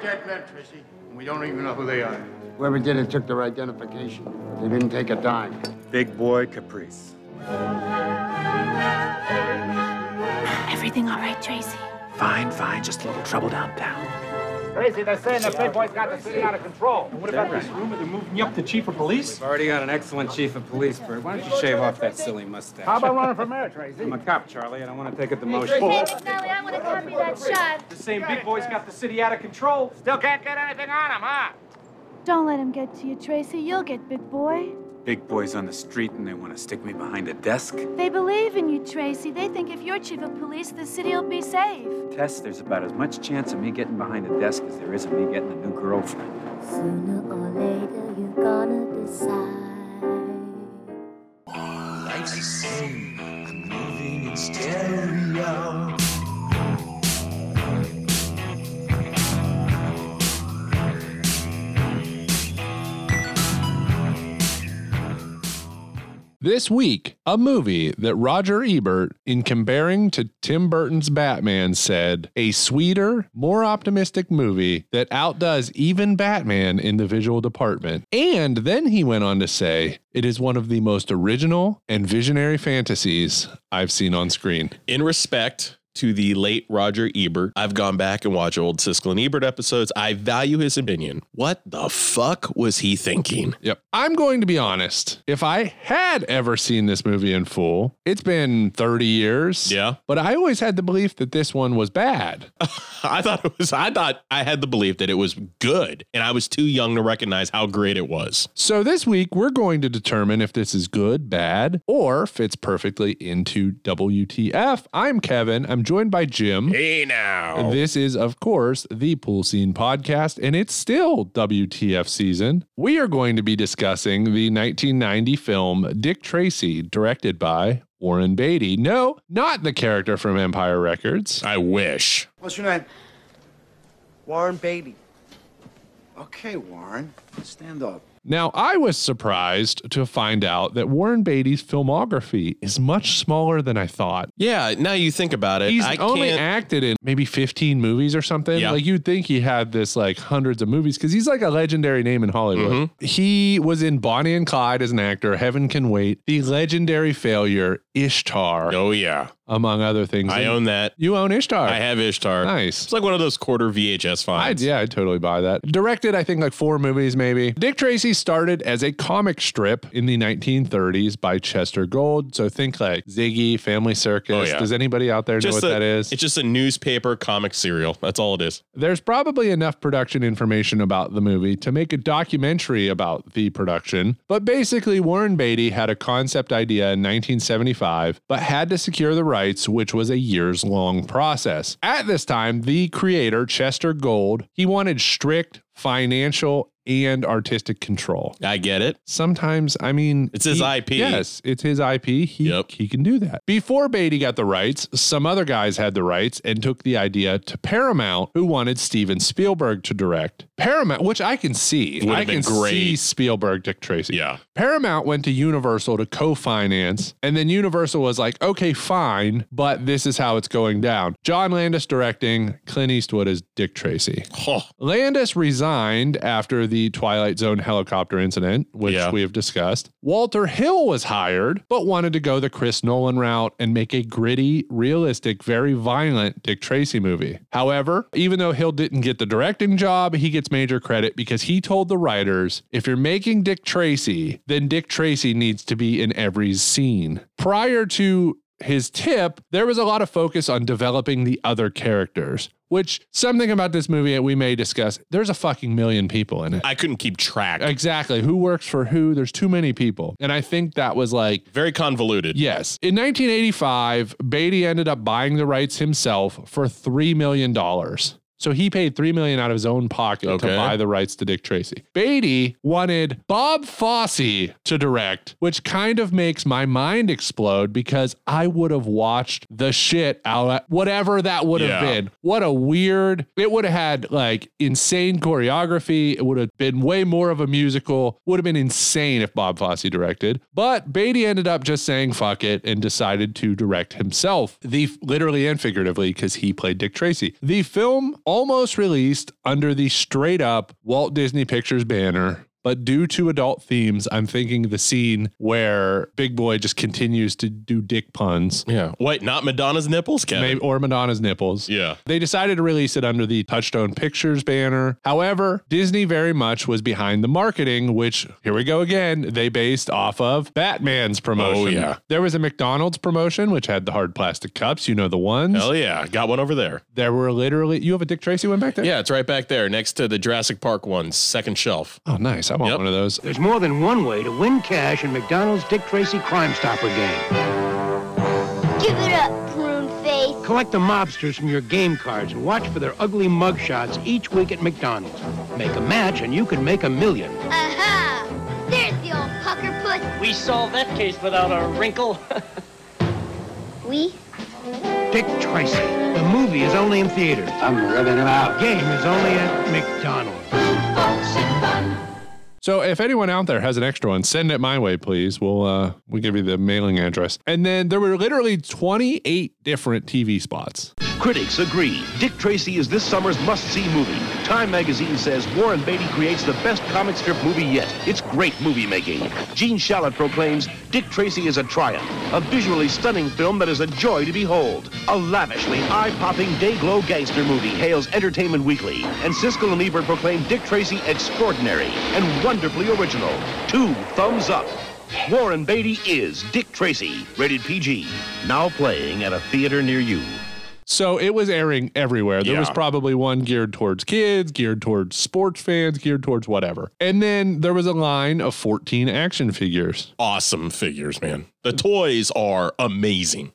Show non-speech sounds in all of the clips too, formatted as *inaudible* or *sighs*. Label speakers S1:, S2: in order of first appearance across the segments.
S1: Tracy, and we don't even know who they are.
S2: Whoever did it took their identification. but They didn't take a dime.
S3: Big boy Caprice.
S4: Everything all right, Tracy?
S5: Fine, fine. Just a little trouble downtown.
S6: Crazy, they're saying the big boy's got the city out of control. What about this rumor they're moving you up to chief of police?
S7: We've already got an excellent chief of police, Bert. Why don't you shave off that silly mustache?
S6: How about running for mayor, Tracy?
S7: I'm a cop, Charlie, and I want to take a
S4: Hey,
S7: demotion.
S4: McNally, I want to copy that shot.
S6: The same big boy's got the city out of control. Still can't get anything on him, huh?
S4: Don't let him get to you, Tracy. You'll get big boy.
S7: Big boy's on the street, and they want to stick me behind a desk.
S4: They believe in you, Tracy. They think if you're chief of police, the city will be safe.
S7: Tess, there's about as much chance of me getting behind a desk as there is of me getting a new girlfriend.
S8: Sooner or later, you're gonna decide.
S9: Life's the same. I'm moving in stereo.
S10: This week, a movie that Roger Ebert, in comparing to Tim Burton's Batman, said, a sweeter, more optimistic movie that outdoes even Batman in the visual department. And then he went on to say, it is one of the most original and visionary fantasies I've seen on screen.
S11: in respect to the late Roger Ebert, I've gone back and watched old Siskel and Ebert episodes. I value his opinion. What the fuck was he thinking? *laughs*
S10: Yep. I'm going to be honest. If I had ever seen this movie in full, it's been 30 years.
S11: Yeah.
S10: But I always had the belief that this one was bad.
S11: I thought it was I thought I had the belief that it was good and I was too young to recognize how great it was.
S10: So this week, we're going to determine if this is good, bad, or fits perfectly into WTF. I'm Kevin. I'm joined by Jim.
S11: Hey now.
S10: This is, of course, the Pool Scene Podcast, and it's still WTF season. We are going to be discussing the 1990 film Dick Tracy, directed by Warren Beatty. No, not the character from Empire Records.
S11: I wish.
S1: What's your name? Warren Beatty. Okay, Warren, stand up.
S10: Now, I was surprised to find out that Warren Beatty's filmography is much smaller than I thought.
S11: Yeah, now you think about it.
S10: He's
S11: I
S10: only
S11: can't
S10: acted in maybe 15 movies or something.
S11: Yeah.
S10: Like you'd think he had this like hundreds of movies because he's like a legendary name in Hollywood.
S11: Mm-hmm.
S10: He was in Bonnie and Clyde as an actor, Heaven Can Wait, the legendary failure Ishtar,
S11: Oh yeah.
S10: among other things.
S11: I
S10: And
S11: own that.
S10: You own Ishtar.
S11: I have Ishtar.
S10: Nice.
S11: It's like one of those quarter VHS
S10: I'd,
S11: finds.
S10: yeah, I'd totally buy that. Directed, I think, like four movies, maybe. Dick Tracy started as a comic strip in the 1930s by Chester Gold. So think like Ziggy, Family Circus.
S11: Oh, yeah.
S10: Does anybody out there know what
S11: a-
S10: that is?
S11: It's just a newspaper comic serial. That's all it is.
S10: There's probably enough production information about the movie to make a documentary about the production, but basically, Warren Beatty had a concept idea in 1975, but had to secure the rights, which was a years long process. At this time, the creator, Chester Gold, he wanted strict financial and artistic control.
S11: I get it. *laughs*
S10: Sometimes, I mean,
S11: It's his
S10: he-
S11: IP.
S10: Yes, it's his IP. He
S11: Yep.
S10: he can do that. Before Beatty got the rights, some other guys had the rights and took the idea to Paramount, who wanted Steven Spielberg to direct. Paramount, which I can see,
S11: Would've
S10: I can
S11: been great.
S10: see Spielberg, Dick Tracy.
S11: Yeah.
S10: Paramount went to Universal to co finance, and then Universal was like, okay, fine, but this is how it's going down. John Landis directing, Clint Eastwood as Dick Tracy.
S11: Huh.
S10: Landis resigned after the Twilight Zone helicopter incident, which
S11: Yeah.
S10: we have discussed. Walter Hill was hired, but wanted to go the Chris Nolan route and make a gritty, realistic, very violent Dick Tracy movie. However, even though Hill didn't get the directing job, he gets major credit because he told the writers if you're making Dick Tracy, then Dick Tracy needs to be in every scene. Prior to his tip, there was a lot of focus on developing the other characters, which something about this movie that we may discuss. There's a fucking million people in it.
S11: I couldn't keep track.
S10: Exactly. Who works for who? There's too many people. And I think that was like
S11: Very convoluted.
S10: Yes. In 1985, Beatty ended up buying the rights himself for $3 million. So he paid $3 million out of his own pocket to
S11: Okay.
S10: buy the rights to Dick Tracy. Beatty wanted Bob Fosse to direct, which kind of makes my mind explode because I would have watched the shit out of whatever that would
S11: Yeah.
S10: have been. What a weird, it would have had like insane choreography. It would have been way more of a musical. Would have been insane if Bob Fosse directed. But Beatty ended up just saying fuck it and decided to direct himself, the literally and figuratively, because he played Dick Tracy. The film almost released under the straight up Walt Disney Pictures banner. But due to adult themes, I'm thinking the scene where Big Boy just continues to do dick puns,
S11: Yeah. Wait, not Madonna's nipples, Kevin?
S10: maybe, or Madonna's nipples.
S11: Yeah.
S10: They decided to release it under the Touchstone Pictures banner. However, Disney very much was behind the marketing, which, here we go again, they based off of Batman's promotion.
S11: Oh, yeah.
S10: There was a McDonald's promotion, which had the hard plastic cups. You know the ones.
S11: Hell yeah. Got one over there.
S10: There were literally, you have a Dick Tracy one back there?
S11: Yeah, it's right back there next to the Jurassic Park one, second shelf.
S10: Oh, nice. I want
S11: Yep.
S10: one of those.
S12: There's more than one way to win cash in McDonald's Dick Tracy Crime Stopper game.
S8: Give it up, prune face.
S12: Collect the mobsters from your game cards and watch for their ugly mugshots each week at McDonald's. Make a match and you can make a million.
S8: Aha! There's the old pucker puss.
S13: We solved that case without a wrinkle.
S8: We?
S12: Dick Tracy. The movie is only in theaters. I'm ripping him out. Game is only at McDonald's.
S10: So if anyone out there has an extra one, send it my way, please. We'll uh we'll give you the mailing address. And then there were literally 28 different TV spots.
S14: Critics agree. Dick Tracy is this summer's must-see movie. Time magazine says Warren Beatty creates the best comic strip movie yet. It's great movie making. Gene Shalit proclaims Dick Tracy is a triumph, a visually stunning film that is a joy to behold. A lavishly eye-popping day-glow gangster movie hails Entertainment Weekly, and Siskel and Ebert proclaim Dick Tracy extraordinary and wonderfully original. Two thumbs up. Warren Beatty is Dick Tracy, rated PG. Now playing at a theater near you.
S10: So it was airing everywhere. There was
S11: Yeah.
S10: probably one geared towards kids, geared towards sports fans, geared towards whatever. And then there was a line of 14 action figures.
S11: Awesome figures, man. The toys are amazing.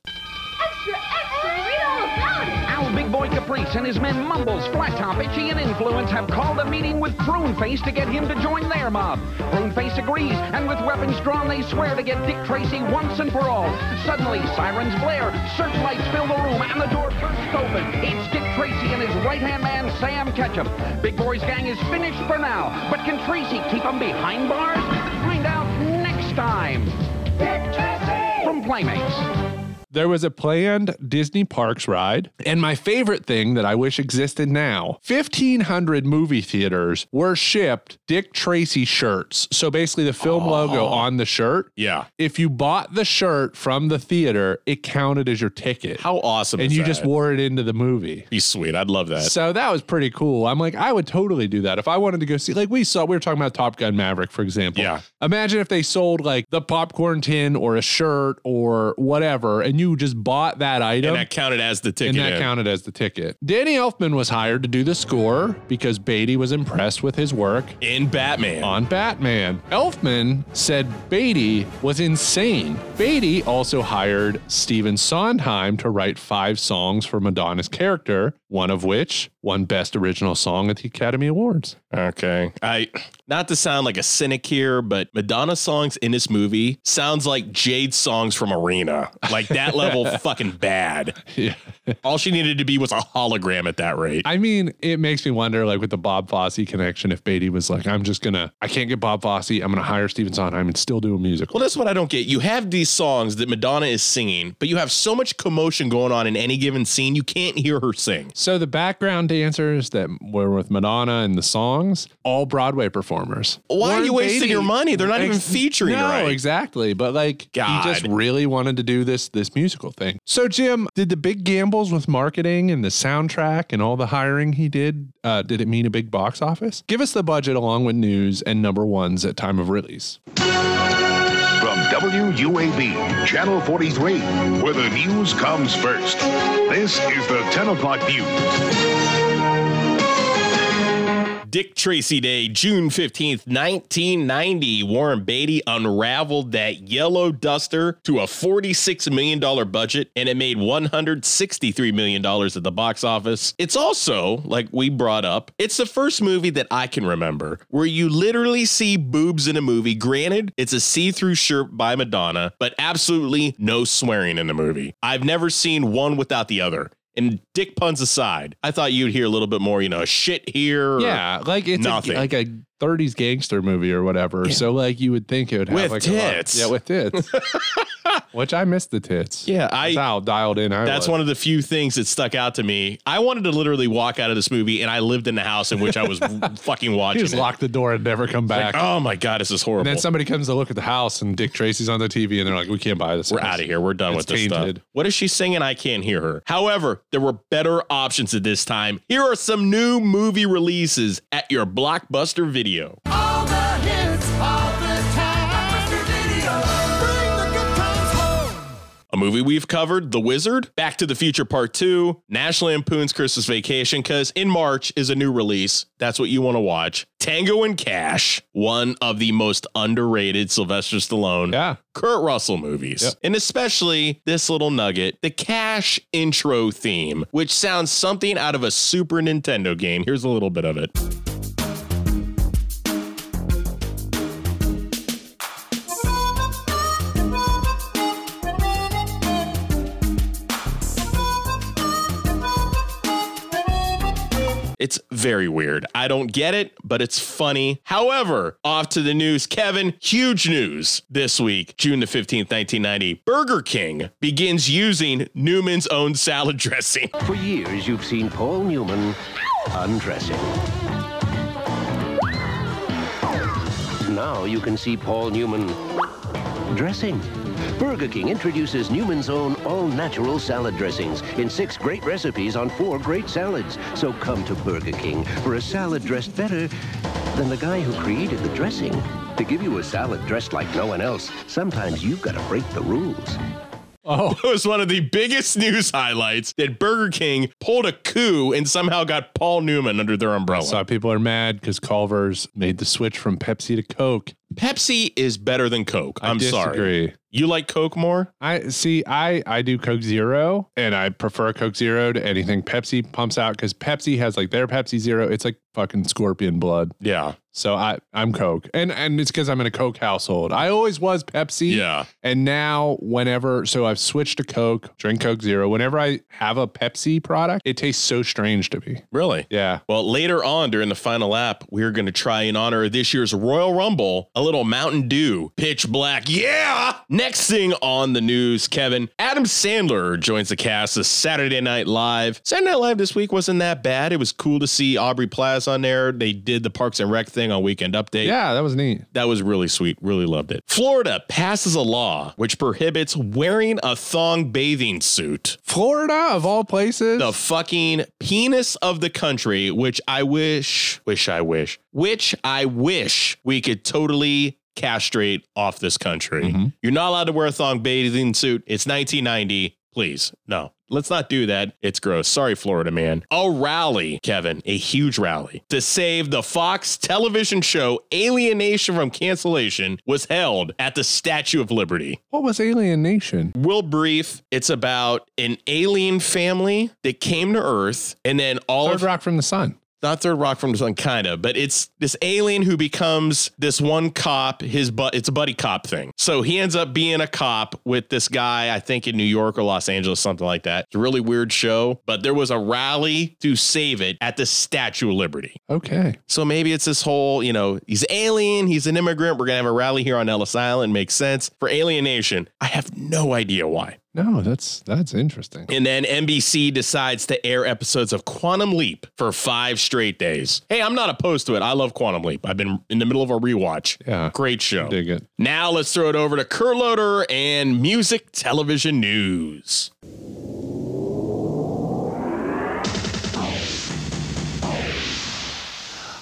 S9: Extra, extra, read all about it.
S13: Owl Big Boy Caprice and his men Mumbles, Flat Top, Itchy, and Influence have called a meeting with Pruneface to get him to join their mob. Pruneface agrees, and with weapons drawn, they swear to get Dick Tracy once and for all. Suddenly, sirens blare, searchlights fill the room, and the door bursts open. It's Dick Tracy and his right-hand man, Sam Ketchum. Big Boy's gang is finished for now, but can Tracy keep them behind bars? Find out next time. Dick Tracy! From Playmates.
S10: There was a planned Disney Parks ride. And my favorite thing that I wish existed now 1,500 movie theaters were shipped Dick Tracy shirts. So basically, the film logo on the shirt.
S11: Yeah.
S10: If you bought the shirt from the theater, it counted as your ticket.
S11: How awesome
S10: and
S11: is
S10: you
S11: that?
S10: just wore it into the movie.
S11: He's sweet. I'd love that.
S10: So that was pretty cool. I'm like, I would totally do that if I wanted to go see. Like we saw, we were talking about Top Gun Maverick, for example.
S11: Yeah.
S10: Imagine if they sold like the popcorn tin or a shirt or whatever, and you just bought that item.
S11: and that counted as the ticket.
S10: and that
S11: in.
S10: counted as the ticket. Danny Elfman was hired to do the score because Beatty was impressed with his work
S11: in Batman.
S10: on Batman. Elfman said Beatty was insane. Beatty also hired Stephen Sondheim to write five songs for Madonna's character, one of which won Best Original Song at the Academy Awards.
S11: Okay. I not to sound like a cynic here, but Madonna songs in this movie sounds like Jade's songs from Arena. Like that
S10: *laughs*
S11: level fucking bad.
S10: Yeah.
S11: All she needed to be was a hologram at that rate.
S10: I mean, it makes me wonder, like with the Bob Fosse connection, if Beatty was like, I'm just gonna, I can't get Bob Fosse, I'm gonna hire Stephen Sondheim and still do a musical.
S11: Well, that's what I don't get. You have these songs that Madonna is singing, but you have so much commotion going on in any given scene, you can't hear her sing.
S10: So the background dancers that were with Madonna and the songs, all Broadway performers.
S11: Why are you wasting your money? They're not even featuring
S10: No,
S11: right.
S10: exactly. But like,
S11: God.
S10: he just really wanted to do this this musical thing. So Jim, did the big gambles with marketing and the soundtrack and all the hiring he did, uh, did it mean a big box office? Give us the budget along with news and number ones at time of release.
S14: From WUAB, Channel 43, where the news comes first. This is the 10 o'clock news.
S11: Dick Tracy Day, June 15th, 1990. Warren Beatty unraveled that yellow duster to a $46 million budget and it made $163 million at the box office. It's also, like we brought up, it's the first movie that I can remember where you literally see boobs in a movie. Granted, it's a see through shirt by Madonna, but absolutely no swearing in the movie. I've never seen one without the other. And dick puns aside, I thought you'd hear a little bit more, you know, shit here. or-
S10: Yeah, like it's a,
S11: Nothing.
S10: like a 30s gangster movie or whatever. So like you would think it would have
S11: With
S10: like
S11: tits.
S10: A lot, yeah, with
S11: *laughs*
S10: tits. Which I missed the tits.
S11: Yeah, I
S10: that's how dialed in. I
S11: That's
S10: was.
S11: one of the few things that stuck out to me. I wanted to literally walk out of this movie, and I lived in the house in which I
S10: *laughs*
S11: was fucking watching.
S10: just
S11: it.
S10: lock the door and never come
S11: Like,
S10: back.
S11: oh my god, this is horrible.
S10: And then somebody comes to look at the house, and Dick Tracy's on the TV, and they're like, "We can't buy this.
S11: We're
S10: house."
S11: out of here. We're done with
S10: It's
S11: this
S10: tainted.
S11: stuff. What is she singing? I can't hear her. However, there were better options at this time. Here are some new movie releases at your blockbuster video.
S9: All the hits, all the time. Blockbuster Video. Bring the good times home.
S11: A movie we've covered, The Wizard, Back to the Future Part 2, National Lampoon's Christmas Vacation, because in March is a new release. That's what you want to watch. Tango and Cash, one of the most underrated Sylvester Stallone,
S10: yeah.
S11: Kurt Russell movies. And especially this little nugget, the Cash intro theme, which sounds something out of a Super Nintendo game. Here's a little bit of it. It's very weird. I don't get it, but it's funny. However, off to the news, Kevin. Huge news this week, June the 15th, 1990. Burger King begins using Newman's own salad *laughs* dressing.
S12: For years, you've seen Paul Newman undressing. Now you can see Paul Newman dressing. Burger King introduces Newman's own all-natural salad dressings in six great recipes on four great salads. So come to Burger King for a salad dressed better than the guy who created the dressing. To give you a salad dressed like no one else, sometimes you've got to break the rules.
S10: Oh.
S11: It was one of the biggest news highlights that Burger King pulled a coup and somehow got Paul Newman under their umbrella.
S10: So people are mad because Culver's made the switch from Pepsi to Coke.
S11: Pepsi is better than Coke.
S10: I
S11: I'm sorry.
S10: disagree.
S11: You like Coke more?
S10: I see. I I do Coke Zero, and I prefer Coke Zero to anything Pepsi pumps out because Pepsi has like their Pepsi Zero. It's like fucking scorpion blood.
S11: Yeah.
S10: So I I'm Coke, and and it's because I'm in a Coke household. I always was Pepsi.
S11: Yeah.
S10: And now whenever, so I've switched to Coke, drink Coke Zero. Whenever I have a Pepsi product, it tastes so strange to me.
S11: Really?
S10: Yeah.
S11: Well, later on during the final lap, we're going to try in honor of this year's Royal Rumble, a little Mountain Dew, pitch black. Yeah. Next thing on the news, Kevin, Adam Sandler joins the cast of Saturday Night Live. Saturday Night Live this week wasn't that bad. It was cool to see Aubrey Plaza on there. They did the Parks and Rec thing on Weekend Update.
S10: Yeah, that was neat.
S11: That was really sweet. Really loved it. Florida passes a law which prohibits wearing a thong bathing suit.
S10: Florida of all places.
S11: The fucking penis of the country, which I wish, wish I wish, which I wish we could totally castrate off this country. You're not allowed to wear a thong bathing suit. It's 1990. Please, no. Let's not do that. It's gross. Sorry, Florida man. A rally, Kevin, a huge rally to save the Fox television show Alienation from Cancellation was held at the Statue of Liberty.
S10: What was Alien Nation?
S11: Real brief, it's about an alien family that came to Earth and then all
S10: Third
S11: of
S10: Rock from the Sun.
S11: not third rock from the sun, kinda, but it's this alien who becomes this one cop. His but it's a buddy cop thing. So he ends up being a cop with this guy, I think in New York or Los Angeles, something like that. It's a really weird show, but there was a rally to save it at the Statue of Liberty.
S10: Okay.
S11: So maybe it's this whole, you know, he's alien, he's an immigrant. We're gonna have a rally here on Ellis Island. Makes sense for alienation. I have no idea why.
S10: No, that's that's interesting.
S11: And then NBC decides to air episodes of Quantum Leap for five straight days. Hey, I'm not opposed to it. I love Quantum Leap. I've been in the middle of a rewatch.
S10: Yeah.
S11: Great show.
S10: Dig it.
S11: Now let's throw it over to Curloader and music television news.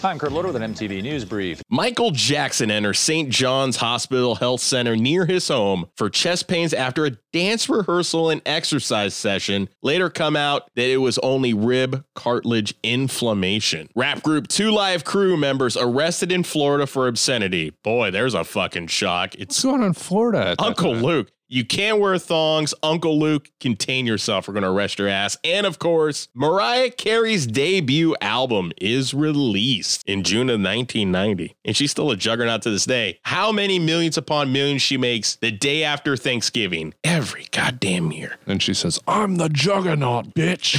S15: Hi, I'm Kurt Loder with an MTV News Brief.
S11: Michael Jackson enters St. John's Hospital Health Center near his home for chest pains after a dance rehearsal and exercise session. Later come out that it was only rib cartilage inflammation. Rap group Two Live Crew members arrested in Florida for obscenity. Boy, there's a fucking shock. It's
S10: What's going on in Florida? at that
S11: Uncle
S10: time?
S11: Luke. You can wear thongs. Uncle Luke, contain yourself. We're going to arrest your ass. And of course, Mariah Carey's debut album is released in June of 1990. And she's still a juggernaut to this day. How many millions upon millions she makes the day after Thanksgiving every goddamn year? *laughs*
S10: And she says, I'm the juggernaut, bitch.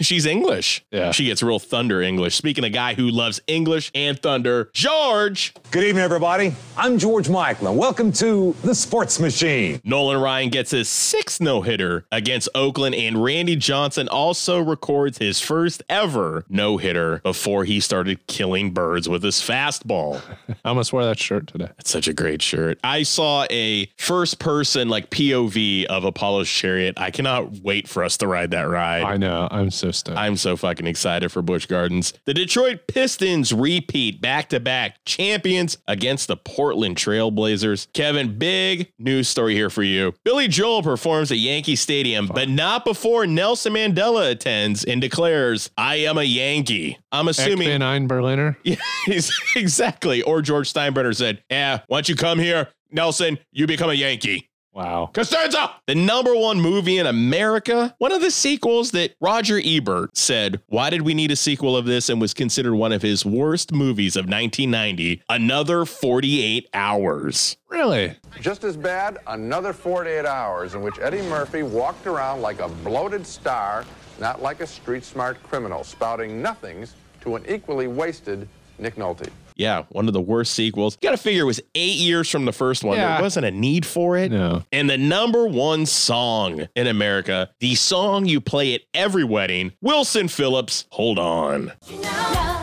S10: *laughs*
S11: she's English. Yeah. She gets real thunder English. Speaking of guy who loves English and thunder, George.
S16: Good evening, everybody. I'm George Michael, and welcome to The Sports Machine.
S11: Nolan Ryan gets his sixth no hitter against Oakland, and Randy Johnson also records his first ever no hitter before he started killing birds with his fastball.
S10: I almost wore that shirt today.
S11: It's such a great shirt. I saw a first person, like POV of Apollo's Chariot. I cannot wait for us to ride that ride.
S10: I know. I'm so stoked.
S11: I'm so fucking excited for Busch Gardens. The Detroit Pistons repeat back to back champions against the Portland Trailblazers. Kevin, big news story here for you. Billy Joel performs at Yankee Stadium, but not before Nelson Mandela attends and declares, I am a Yankee. I'm assuming.
S10: Ekman Einberliner.
S11: *laughs* Yeah, exactly. Or George Steinbrenner said, Yeah, once you come here, Nelson, you become a Yankee.
S10: Wow.
S11: Costanza, the number one movie in America, one of the sequels that Roger Ebert said, Why did we need a sequel of this? and was considered one of his worst movies of 1990, another 48 hours.
S10: Really?
S17: Just as bad, another 48 hours in which Eddie Murphy walked around like a bloated star, not like a street smart criminal, spouting nothings to an equally wasted Nick Nolte.
S11: Yeah, one of the worst sequels. You got to figure it was eight years from the first one. Yeah. There wasn't a need for it.
S10: No.
S11: And the number one song in America, the song you play at every wedding, Wilson Phillips, Hold On. You know,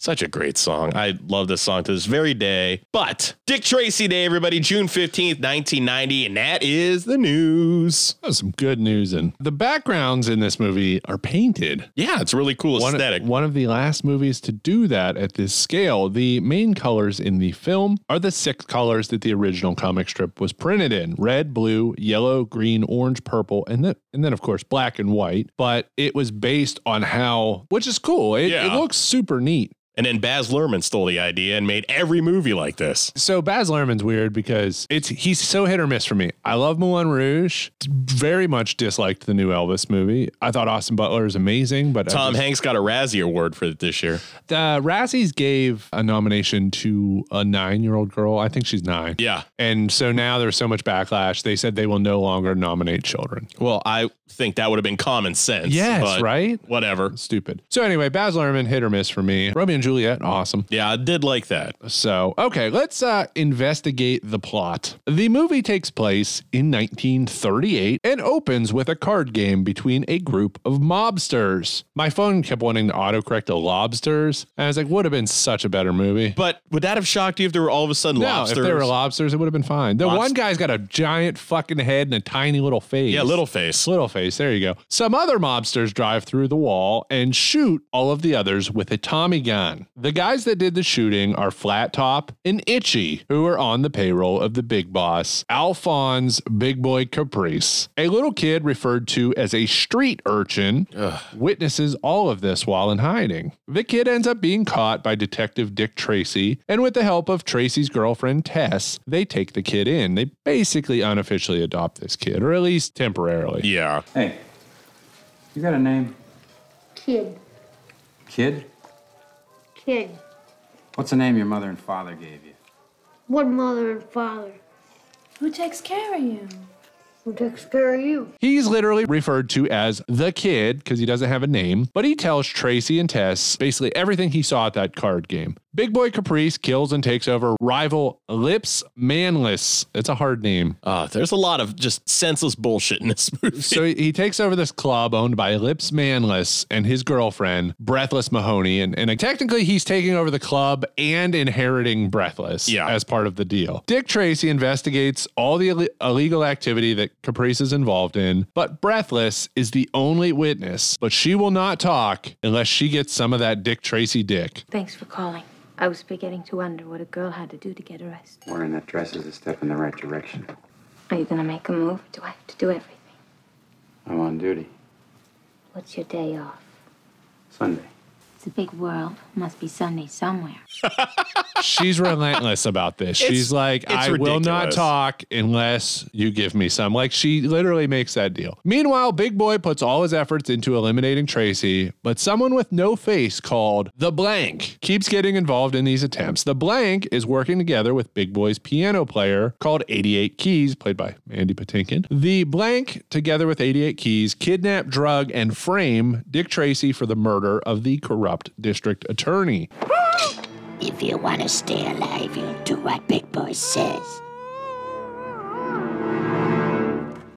S11: Such a great song. I love this song to this very day. But Dick Tracy Day, everybody, June 15th, 1990. And that is the news.
S10: That was some good news. And the backgrounds in this movie are painted.
S11: Yeah, it's really cool
S10: one,
S11: aesthetic.
S10: One of the last movies to do that at this scale. The main colors in the film are the six colors that the original comic strip was printed in red, blue, yellow, green, orange, purple, and then, and then of course, black and white. But it was based on how, which is cool. it, yeah. it looks super neat.
S11: And then Baz Luhrmann stole the idea and made every movie like this.
S10: So Baz Luhrmann's weird because it's he's so hit or miss for me. I love Moulin Rouge. Very much disliked the new Elvis movie. I thought Austin Butler is amazing, but
S11: Tom
S10: just,
S11: Hanks got a Razzie Award for it this year.
S10: The Razzies gave a nomination to a nine-year-old girl. I think she's nine.
S11: Yeah.
S10: And so now there's so much backlash. They said they will no longer nominate children.
S11: Well, I think that would have been common sense.
S10: Yes, right.
S11: Whatever.
S10: Stupid. So anyway, Baz Luhrmann hit or miss for me. Romeo and Juliet. Awesome.
S11: Yeah, I did like that.
S10: So, okay, let's uh, investigate the plot. The movie takes place in 1938 and opens with a card game between a group of mobsters. My phone kept wanting to autocorrect to lobsters, and I was like, would have been such a better movie.
S11: But would that have shocked you if there were all of a sudden
S10: no,
S11: lobsters?
S10: If there were lobsters, it would have been fine. The Lobster- one guy's got a giant fucking head and a tiny little face.
S11: Yeah, little face.
S10: Little face. There you go. Some other mobsters drive through the wall and shoot all of the others with a Tommy gun. The guys that did the shooting are Flat Top and Itchy, who are on the payroll of the big boss, Alphonse Big Boy Caprice. A little kid referred to as a street urchin Ugh. witnesses all of this while in hiding. The kid ends up being caught by Detective Dick Tracy, and with the help of Tracy's girlfriend Tess, they take the kid in. They basically unofficially adopt this kid, or at least temporarily.
S11: Yeah.
S5: Hey, you got a name?
S8: Kid.
S5: Kid?
S8: Kid.
S5: What's the name your mother and father gave you?
S8: What mother and father?
S4: Who takes care of you?
S8: Who takes care of you?
S10: He's literally referred to as the kid because he doesn't have a name, but he tells Tracy and Tess basically everything he saw at that card game. Big Boy Caprice kills and takes over rival Lips Manless. It's a hard name.
S11: Uh, there's a lot of just senseless bullshit in this *laughs* movie.
S10: So he, he takes over this club owned by Lips Manless and his girlfriend, Breathless Mahoney. And, and technically, he's taking over the club and inheriting Breathless
S11: yeah.
S10: as part of the deal. Dick Tracy investigates all the Ill- illegal activity that Caprice is involved in, but Breathless is the only witness. But she will not talk unless she gets some of that Dick Tracy dick.
S18: Thanks for calling. I was beginning to wonder what a girl had to do to get arrested.
S19: Wearing that dress is a step in the right direction.
S18: Are you gonna make a move? Do I have to do everything?
S19: I'm on duty.
S18: What's your day off?
S19: Sunday.
S18: It's a big world. Must be Sunday somewhere.
S10: She's relentless about this. She's like,
S18: it's
S10: I will not
S18: ridiculous.
S10: talk unless you give me some. Like, she literally makes that deal. Meanwhile, Big Boy puts all his efforts into eliminating Tracy, but someone with no face called The Blank keeps getting involved in these attempts. The Blank is working together with Big Boy's piano player called 88 Keys, played by Mandy Patinkin. The Blank, together with 88 Keys, kidnap, drug, and frame Dick Tracy for the murder of the corrupt district attorney.
S20: If you want to stay alive, you'll do what Big Boy says.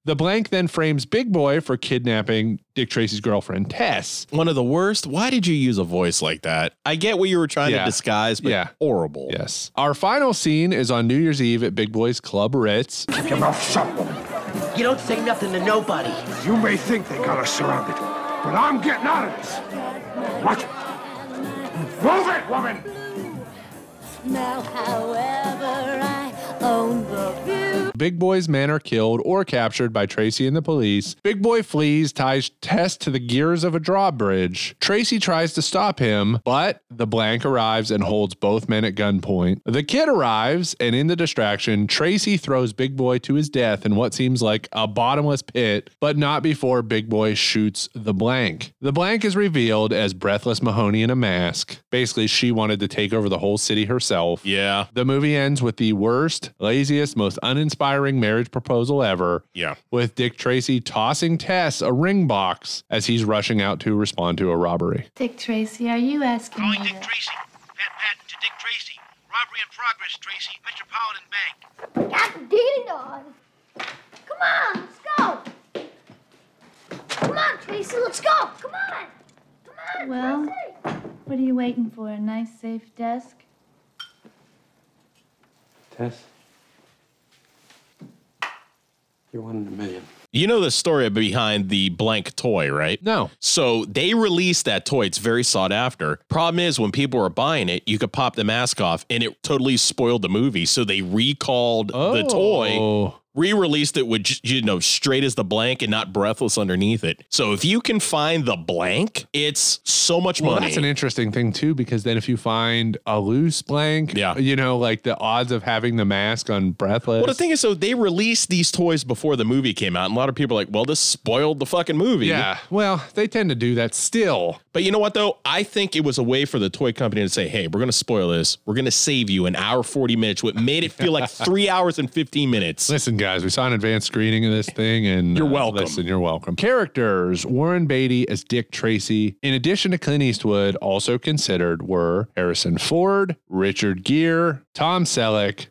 S10: The blank then frames Big Boy for kidnapping Dick Tracy's girlfriend, Tess.
S11: One of the worst. Why did you use a voice like that? I get what you were trying
S10: Yeah.
S11: to disguise, but
S10: Yeah.
S11: horrible.
S10: Yes. Our final scene is on New Year's Eve at Big Boy's Club Ritz.
S21: Keep your mouth shut, woman. You don't say nothing to nobody.
S9: You may think they got us surrounded, but I'm getting out of this. Watch it. Move it, woman!
S22: Now, however, I own the view.
S10: Big Boy's men are killed or captured by Tracy and the police. Big Boy flees, ties Tess to the gears of a drawbridge. Tracy tries to stop him, but the blank arrives and holds both men at gunpoint. The kid arrives, and in the distraction, Tracy throws Big Boy to his death in what seems like a bottomless pit, but not before Big Boy shoots the blank. The blank is revealed as breathless Mahoney in a mask. Basically, she wanted to take over the whole city herself.
S11: Yeah.
S10: The movie ends with the worst, laziest, most uninspiring marriage proposal ever.
S11: Yeah.
S10: With Dick Tracy tossing Tess a ring box as he's rushing out to respond to a robbery.
S4: Dick Tracy, are you asking me? Dick
S21: Tracy. Pat, Pat, to Dick Tracy. Robbery in progress, Tracy. Metropolitan Bank.
S8: Ding dong. Come on, let's go. Come on, Tracy, let's go. Come on.
S4: Well, what are you waiting for? A nice, safe desk?
S19: Tess? You're one in a million.
S11: You know the story behind the blank toy, right?
S10: No.
S11: So they released that toy. It's very sought after. Problem is, when people were buying it, you could pop the mask off and it totally spoiled the movie. So they recalled
S10: Oh.
S11: the toy, re released it with, j- you know, straight as the blank and not breathless underneath it. So if you can find the blank, it's so much
S10: Well,
S11: money.
S10: that's an interesting thing too, because then if you find a loose blank, yeah. you know, like the odds of having the mask on Breathless.
S11: Well, the thing is, though, they released these toys before the movie came out, and a lot of people are like, well, this spoiled the fucking movie.
S10: Yeah. Well, they tend to do that still.
S11: But you know what, though? I think it was a way for the toy company to say, hey, we're going to spoil this. We're going to save you an hour, 40 minutes, what made it feel like
S10: *laughs*
S11: three hours and 15 minutes.
S10: Listen, guys, we saw an advanced screening of this thing, and you're welcome. listen, you're welcome. Characters: Warren Beatty as Dick Tracy. In addition to Clint Eastwood, also considered were Harrison Ford, Richard Gere, Tom Selleck,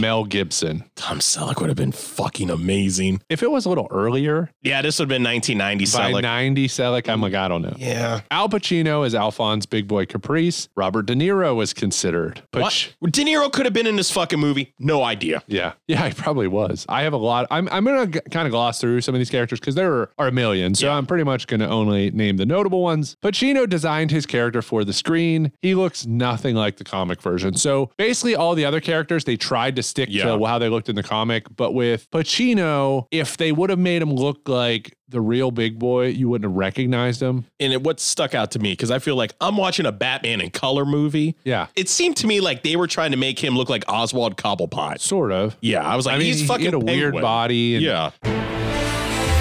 S10: Mel Gibson.
S11: Oh, Tom Selleck would have been fucking amazing.
S10: If it was a little earlier,
S11: Yeah, this would have been 1990
S10: by
S11: Selleck.
S10: 90 Selleck, I'm like, I don't know.
S11: Yeah.
S10: Al Pacino as Alphonse Big Boy Caprice. Robert De Niro was considered. Pac-
S11: What? De Niro could have been in this fucking movie. No idea.
S10: Yeah. *laughs* Yeah, I probably was. I have a lot. I'm, I'm going to kind of gloss through some of these characters because there are, are a million. So I'm pretty much going to only name the notable ones. Pacino designed his character for the screen. He looks nothing like the comic version. So basically, all the other characters, they tried to stick to how they looked in the comic. But with Pacino, if they would have made him look like the real big boy, you wouldn't have recognized him.
S11: And it, what stuck out to me, because I feel like I'm watching a Batman in color movie.
S10: Yeah.
S11: It seemed to me like they were trying to make him look like Oswald Cobblepot.
S10: Sort of.
S11: Yeah. I was like,
S10: I mean,
S11: he's
S10: he
S11: fucking
S10: had a weird
S11: Penguin.
S10: body and-
S11: yeah.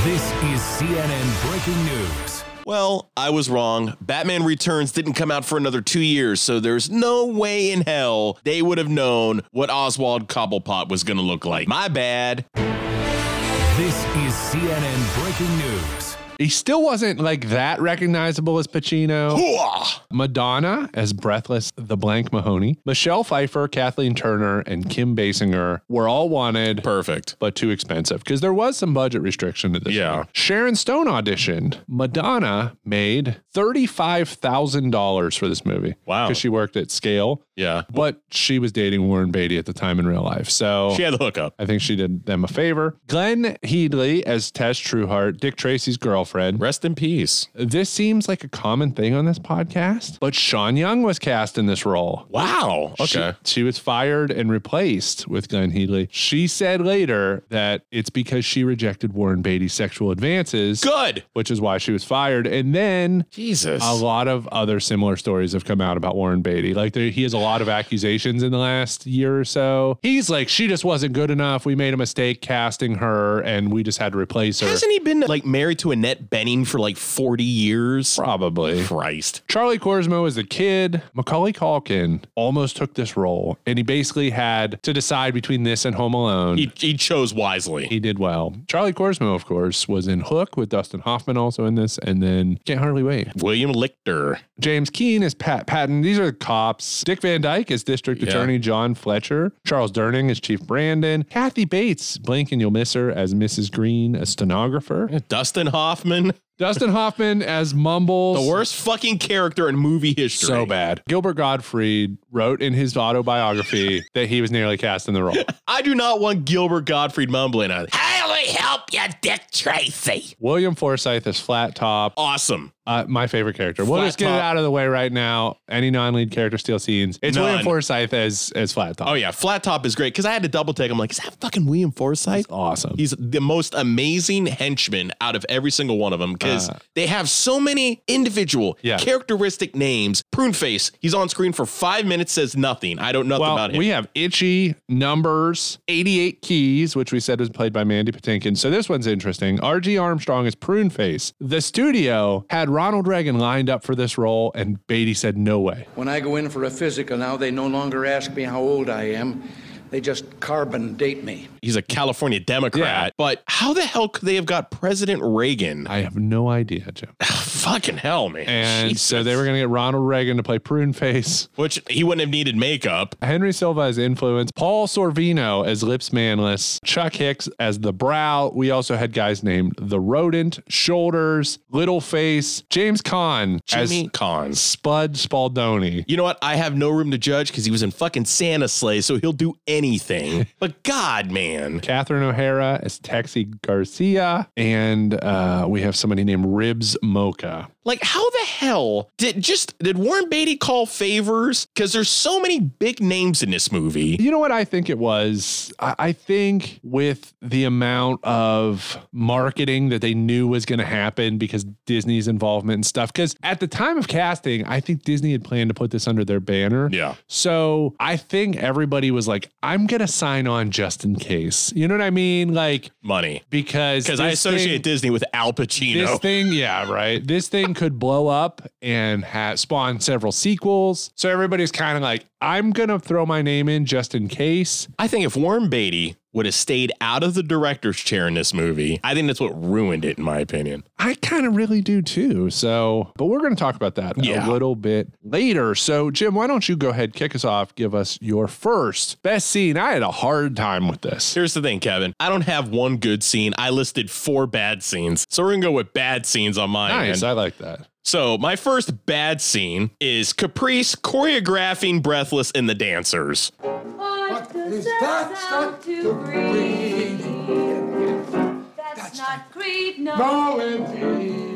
S23: This is CNN Breaking News.
S11: Well, I was wrong. Batman Returns didn't come out for another two years, so there's no way in hell they would have known what Oswald Cobblepot was going to look like. My bad.
S23: This is CNN Breaking News.
S10: He still wasn't like that recognizable as Pacino.
S11: Hooah!
S10: Madonna as Breathless the Blank Mahoney. Michelle Pfeiffer, Kathleen Turner, and Kim Basinger were all wanted.
S11: Perfect.
S10: But too expensive because there was some budget restriction to this. Yeah. Sharon Stone auditioned. Madonna made $35,000 for this movie. Wow. Because she worked at scale. Yeah. But she was dating Warren Beatty at the time in real life. So
S11: She had the hookup.
S10: I think she did them a favor. Glenn Headley as Tess Trueheart, Dick Tracy's girlfriend.
S11: Rest in peace.
S10: This seems like a common thing on this podcast, but Sean Young was cast in this role.
S11: Wow.
S10: She-
S11: Okay.
S10: She, was fired and replaced with Glenn Headley. She said later that it's because she rejected Warren Beatty's sexual advances.
S11: Good.
S10: Which is why she was fired. And then
S11: Jesus.
S10: a lot of other similar stories have come out about Warren Beatty. Like there, he has a lot of accusations in the last year or so. He's like, she just wasn't good enough. We made a mistake casting her, and we just had to replace her.
S11: Hasn't he been like married to Annette Benning for like 40 years?
S10: Probably.
S11: Christ.
S10: Charlie Corsmo as a kid, Macaulay Calkin almost took this role, and he basically had to decide between this and Home Alone.
S11: He, he chose wisely.
S10: He did well. Charlie Corsmo, of course, was in Hook with Dustin Hoffman also in this, and then Can't Hardly Wait.
S11: William Lichter.
S10: James Keene is Pat Patton. These are the cops. Dick Van Dyke is District
S11: Yeah.
S10: Attorney John Fletcher. Charles Durning is Chief Brandon. Kathy Bates, Blink and You'll Miss Her, as Mrs. Green, a stenographer.
S11: Dustin Hoffman.
S10: Dustin Hoffman as Mumbles.
S11: The worst fucking character in movie history.
S10: So bad. Gilbert Gottfried wrote in his
S11: *laughs*
S10: autobiography that he was nearly cast in the role.
S11: I do not want Gilbert Gottfried mumbling on. How we help you, Dick Tracy?
S10: William Forsythe is Flat Top.
S11: Awesome.
S10: Uh, my favorite character. We'll
S11: Flat
S10: just get it
S11: Top.
S10: out of the way right now. Any non-lead character steal scenes. It's William
S11: None.
S10: Forsythe as as Flat Top.
S11: Oh yeah, Flat Top is great because I had to double take. I'm like, is that fucking William Forsythe?
S10: Awesome.
S11: He's the most amazing henchman out of every single one of them because
S10: Uh.
S11: they have so many individual
S10: Yeah.
S11: characteristic names. Pruneface, he's on screen for five minutes, says nothing. I don't know nothing
S10: well,
S11: about him.
S10: we have Itchy, Numbers, 88 Keys, which we said was played by Mandy Patinkin. So this one's interesting. R.G. Armstrong is Prune Face. The studio had Ronald Reagan lined up for this role, and Beatty said, no way.
S2: When I go in for a physical now, they no longer ask me how old I am. They just carbon date me.
S11: he's a California Democrat. But how the hell could they have got President Reagan?
S10: I have no idea, Jim.
S11: *laughs* Fucking hell, man.
S10: And
S11: Jesus.
S10: so they were going to get Ronald Reagan to play Prune Face.
S11: Which he wouldn't have needed makeup.
S10: Henry Silva as Influence, Paul Sorvino as Lips Manless, Chuck Hicks as The Brow. We also had guys named The Rodent, Shoulders, Little Face, James Kahn
S11: Jimmy
S10: as
S11: Kahn.
S10: Spud Spaldoni.
S11: You know what? I have no room to judge because he was in fucking Santa sleigh, so he'll do
S10: *laughs*
S11: anything. but God, man.
S10: Catherine O'Hara as Taxi Garcia, and uh, we have somebody named Ribs Mocha.
S11: Like, how the hell did just did Warren Beatty call favors? Because there's so many big names in this movie.
S10: You know what I think it was? I, I think with the amount of marketing that they knew was going to happen because Disney's involvement and stuff. Because at the time of casting, I think Disney had planned to put this under their banner.
S11: Yeah.
S10: So I think everybody was like, I'm going to sign on just in case. You know what I mean? Like,
S11: Money.
S10: because
S11: Because I
S10: this thing-
S11: associate Disney with Al
S10: this
S11: Pacino.
S10: thing, yeah, right. This thing could blow up and ha- spawn several sequels. So everybody's kind of like, I'm going to throw my name in just in case.
S11: I think if Warren Beatty would have stayed out of the director's chair in this movie, I think that's what ruined it, in my opinion.
S10: I kind of really do too. So, but we're going to talk about that
S11: Yeah.
S10: a little bit later. So, Jim, why don't you go ahead, kick us off, give us your first best scene? I had a hard time with this.
S11: Here's the thing, Kevin. I don't have one good scene. I listed four bad scenes. So we're going to go with bad scenes on mine.
S10: Nice. I like that.
S11: So my first bad scene is Caprice choreographing Breathless and the Dancers.
S22: What does that sound to breathe? That's not creed, no.
S9: No, indeed.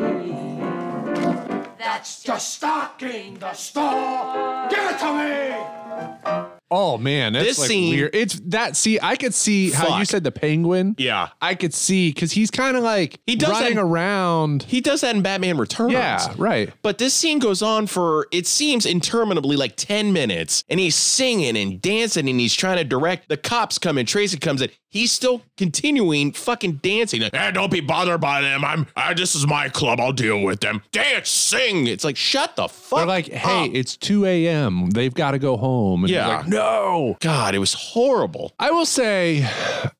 S9: That's just stocking the store. Give it to me!
S10: Oh man, that's
S11: This
S10: like
S11: scene-
S10: weird. It's that. See, I could see how you
S11: Fuck.
S10: said the penguin.
S11: Yeah.
S10: I could see because he's kind of like
S11: He does
S10: running
S11: that-
S10: around.
S11: He does that in Batman Returns.
S10: Yeah, right.
S11: But this scene goes on for, it seems, interminably like 10 minutes. And he's singing and dancing and he's trying to direct. The cops come in, Tracy comes in. He's still continuing fucking dancing. Like, "Eh, don't be bothered by them. I'm, uh, this is my club. I'll deal with them. Dance, sing. It's like, shut the fuck
S10: They're like,
S11: up."
S10: hey, it's 2 a.m. They've got to go home. And he's
S11: Yeah.
S10: like, no.
S11: God, it was horrible.
S10: I will say